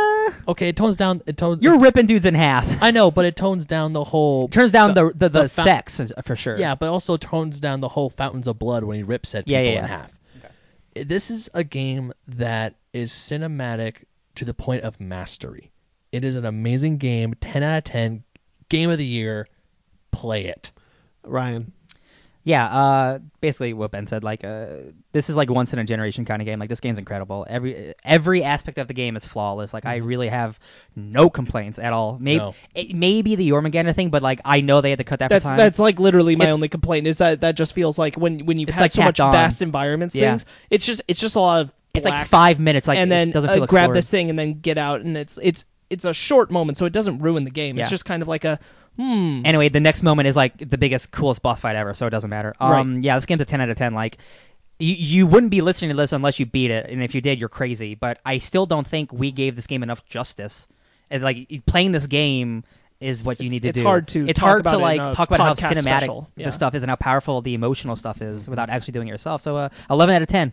S2: Okay, it tones down it tones
S3: Uh. You're ripping dudes in half.
S2: I know, but it tones down the whole
S3: Turns down the the, the,
S2: the fa-
S3: sex is- for sure.
S2: Yeah, but also tones down the whole fountains of blood when he rips that
S3: Yeah,
S2: people
S3: yeah,
S2: in
S3: yeah.
S2: half. This is a game that is cinematic to the point of mastery. It is an amazing game, ten out of ten, game of the year. Play it.
S1: Ryan.
S3: Yeah, uh, basically what Ben said. Like, uh, this is like once in a generation kind of game. Like, this game's incredible. Every every aspect of the game is flawless. Like, I really have no complaints at all. Maybe
S2: No.
S3: it may be the Yormageddon thing, but like, I know they had to cut that
S4: That's
S3: for time.
S4: that's like literally my
S3: It's-
S4: only complaint is that that just feels like when when you've
S3: It's
S4: had
S3: like
S4: so much
S3: tacked on.
S4: vast environments
S3: Yeah.
S4: things it's just it's just a lot of
S3: it's
S4: black
S3: like five minutes. Like,
S4: and then
S3: it doesn't
S4: uh,
S3: feel
S4: grab
S3: explored.
S4: this thing and then get out and it's it's it's a short moment so it doesn't ruin the game
S3: Yeah.
S4: it's just kind of like a hmm
S3: Anyway, the next moment is like the biggest, coolest boss fight ever. So it doesn't matter. Um, yeah, this game's a ten out of ten. Like. You, you wouldn't be listening to this unless you beat it, and if you did, you're crazy. But I still don't think we gave this game enough justice. And like playing this game is what you
S4: It's-
S3: need to
S4: it's
S3: do.
S4: hard to
S3: It's
S4: talk
S3: hard
S4: about
S3: to
S4: it in
S3: like
S4: a
S3: talk about how
S4: podcast
S3: cinematic
S4: special. Yeah.
S3: the stuff is and how powerful the emotional stuff is without actually doing it yourself. So uh, 11 out of 10.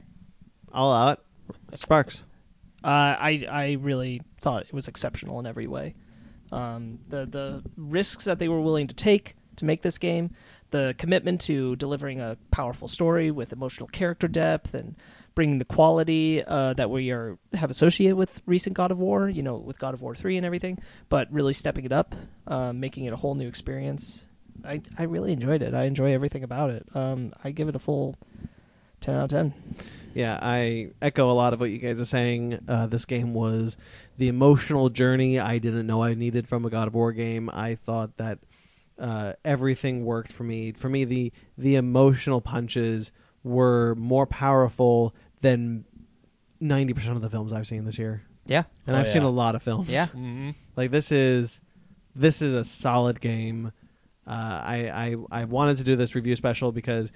S1: All out. Sparks.
S4: uh, I I really thought it was exceptional in every way um, the the risks that they were willing to take to make this game the commitment to delivering a powerful story with emotional character depth and bringing the quality uh, that we are have associated with recent God of War, you know, with God of War three and everything, but really stepping it up, um, making it a whole new experience. I I really enjoyed it. I enjoy everything about it. Um, I give it a full ten out of ten.
S1: yeah, I echo a lot of what you guys are saying. Uh, this game was the emotional journey I didn't know I needed from a God of War game. I thought that uh, everything worked for me. For me, the the emotional punches were more powerful than ninety percent of the films I've seen this year,
S3: Yeah.
S1: and
S5: Oh,
S1: I've seen
S5: yeah.
S1: a lot of films.
S3: Yeah.
S5: Mm-hmm.
S1: Like this is this is a solid game. Uh, I, I I wanted to do this review special because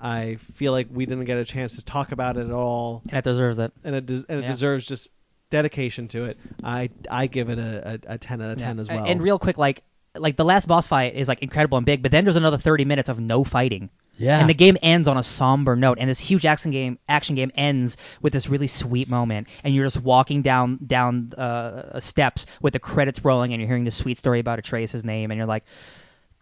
S1: I feel like we didn't get a chance to talk about it at all,
S3: And it deserves it.
S1: and it des- and it
S3: Yeah.
S1: deserves just dedication to it. I I give it a, a, a ten out of ten
S3: Yeah.
S1: as
S3: A-
S1: well.
S3: And real quick, like like the last boss fight is like incredible and big, but then there's another 30 minutes of no fighting.
S2: Yeah.
S3: And the game ends on a somber note, and this huge action game action game ends with this really sweet moment, and you're just walking down down uh, steps with the credits rolling, and you're hearing this sweet story about Atreus' name, and you're like,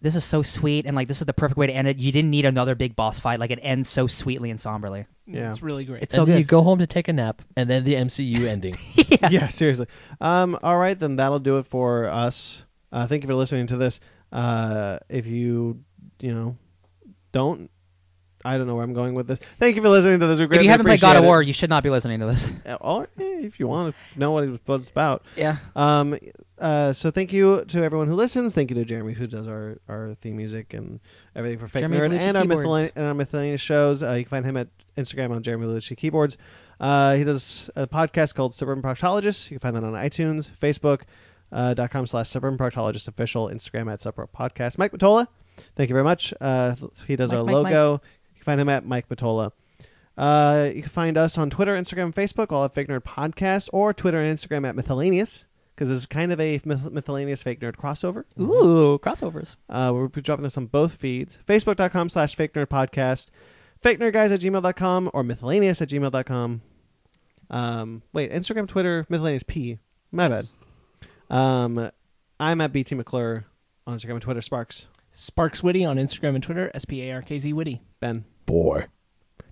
S3: "This is so sweet," and like this is the perfect way to end it. You didn't need another big boss fight; like it ends so sweetly and somberly.
S1: Yeah.
S4: It's really great.
S3: It's so
S2: and then you
S3: good.
S2: go home to take a nap, and then the MCU ending.
S1: yeah. seriously. Um, all right, then that'll do it for us. Uh, thank you for listening to this. Uh, if you you know don't. I don't know where I'm going with this. Thank you for listening to this. We
S3: If
S1: greatly
S3: you haven't played God of
S1: appreciate it.
S3: War, you should not be listening to this.
S1: Uh, or eh, if you want to know what it was- what it's about.
S3: Yeah.
S1: Um, uh, so thank you to everyone who listens. Thank you to Jeremy who does our, our theme music and everything for Fake
S3: Jeremy
S1: Nerd
S3: Bellucci
S1: and our,
S3: Keyboards.
S1: Mythal- and our Miscellaneous shows. Uh, you can find him at Instagram on Jeremy Bellucci Keyboards. Uh, he does a podcast called Suburban Proctologist. You can find that on iTunes, Facebook. Uh, dot com slash suburban proctologist official instagram at suburban podcast mike matola thank you very much uh, he does
S3: Mike,
S1: our
S3: Mike,
S1: logo you can find him at mike matola uh, you can find us on Twitter, Instagram, Facebook, all at Fake Nerd Podcast, or Twitter and Instagram at Miscellaneous, because this is kind of a myth- miscellaneous Fake Nerd crossover.
S3: Ooh, crossovers.
S1: Uh, we'll be dropping this on both feeds. Facebook.com slash Fake Nerd Podcast, Fake Nerd Guys at gmail.com, or miscellaneous at gmail.com. Um, wait, Instagram, Twitter, miscellaneous P. My bad. Um, I'm at BT McClure on Instagram and Twitter, Sparks.
S4: Sparks Witty on Instagram and Twitter. S P A R K Z Witty.
S1: Ben.
S2: Boy.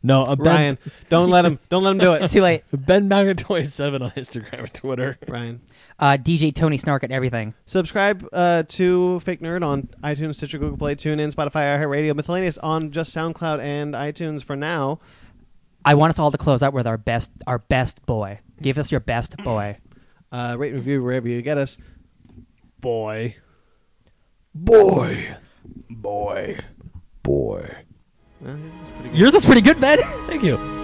S2: No, uh, ben,
S1: Ryan. Don't let him don't let him do it.
S3: Too late.
S2: Ben Magnetoy seven on Instagram and Twitter.
S1: Ryan.
S3: Uh, DJ Tony Snark at everything.
S1: Subscribe uh, to Fake Nerd on iTunes, Stitcher, Google Play, TuneIn, Spotify, iHeartRadio, Miscellaneous on just SoundCloud and iTunes for now.
S3: I want us all to close out with our best, our best boy. Give us your best boy.
S1: Uh, rate and review wherever you get us. Boy.
S5: Boy, boy, boy.
S1: Well, his was pretty good.
S3: Yours is pretty good, Ben.
S2: Thank you.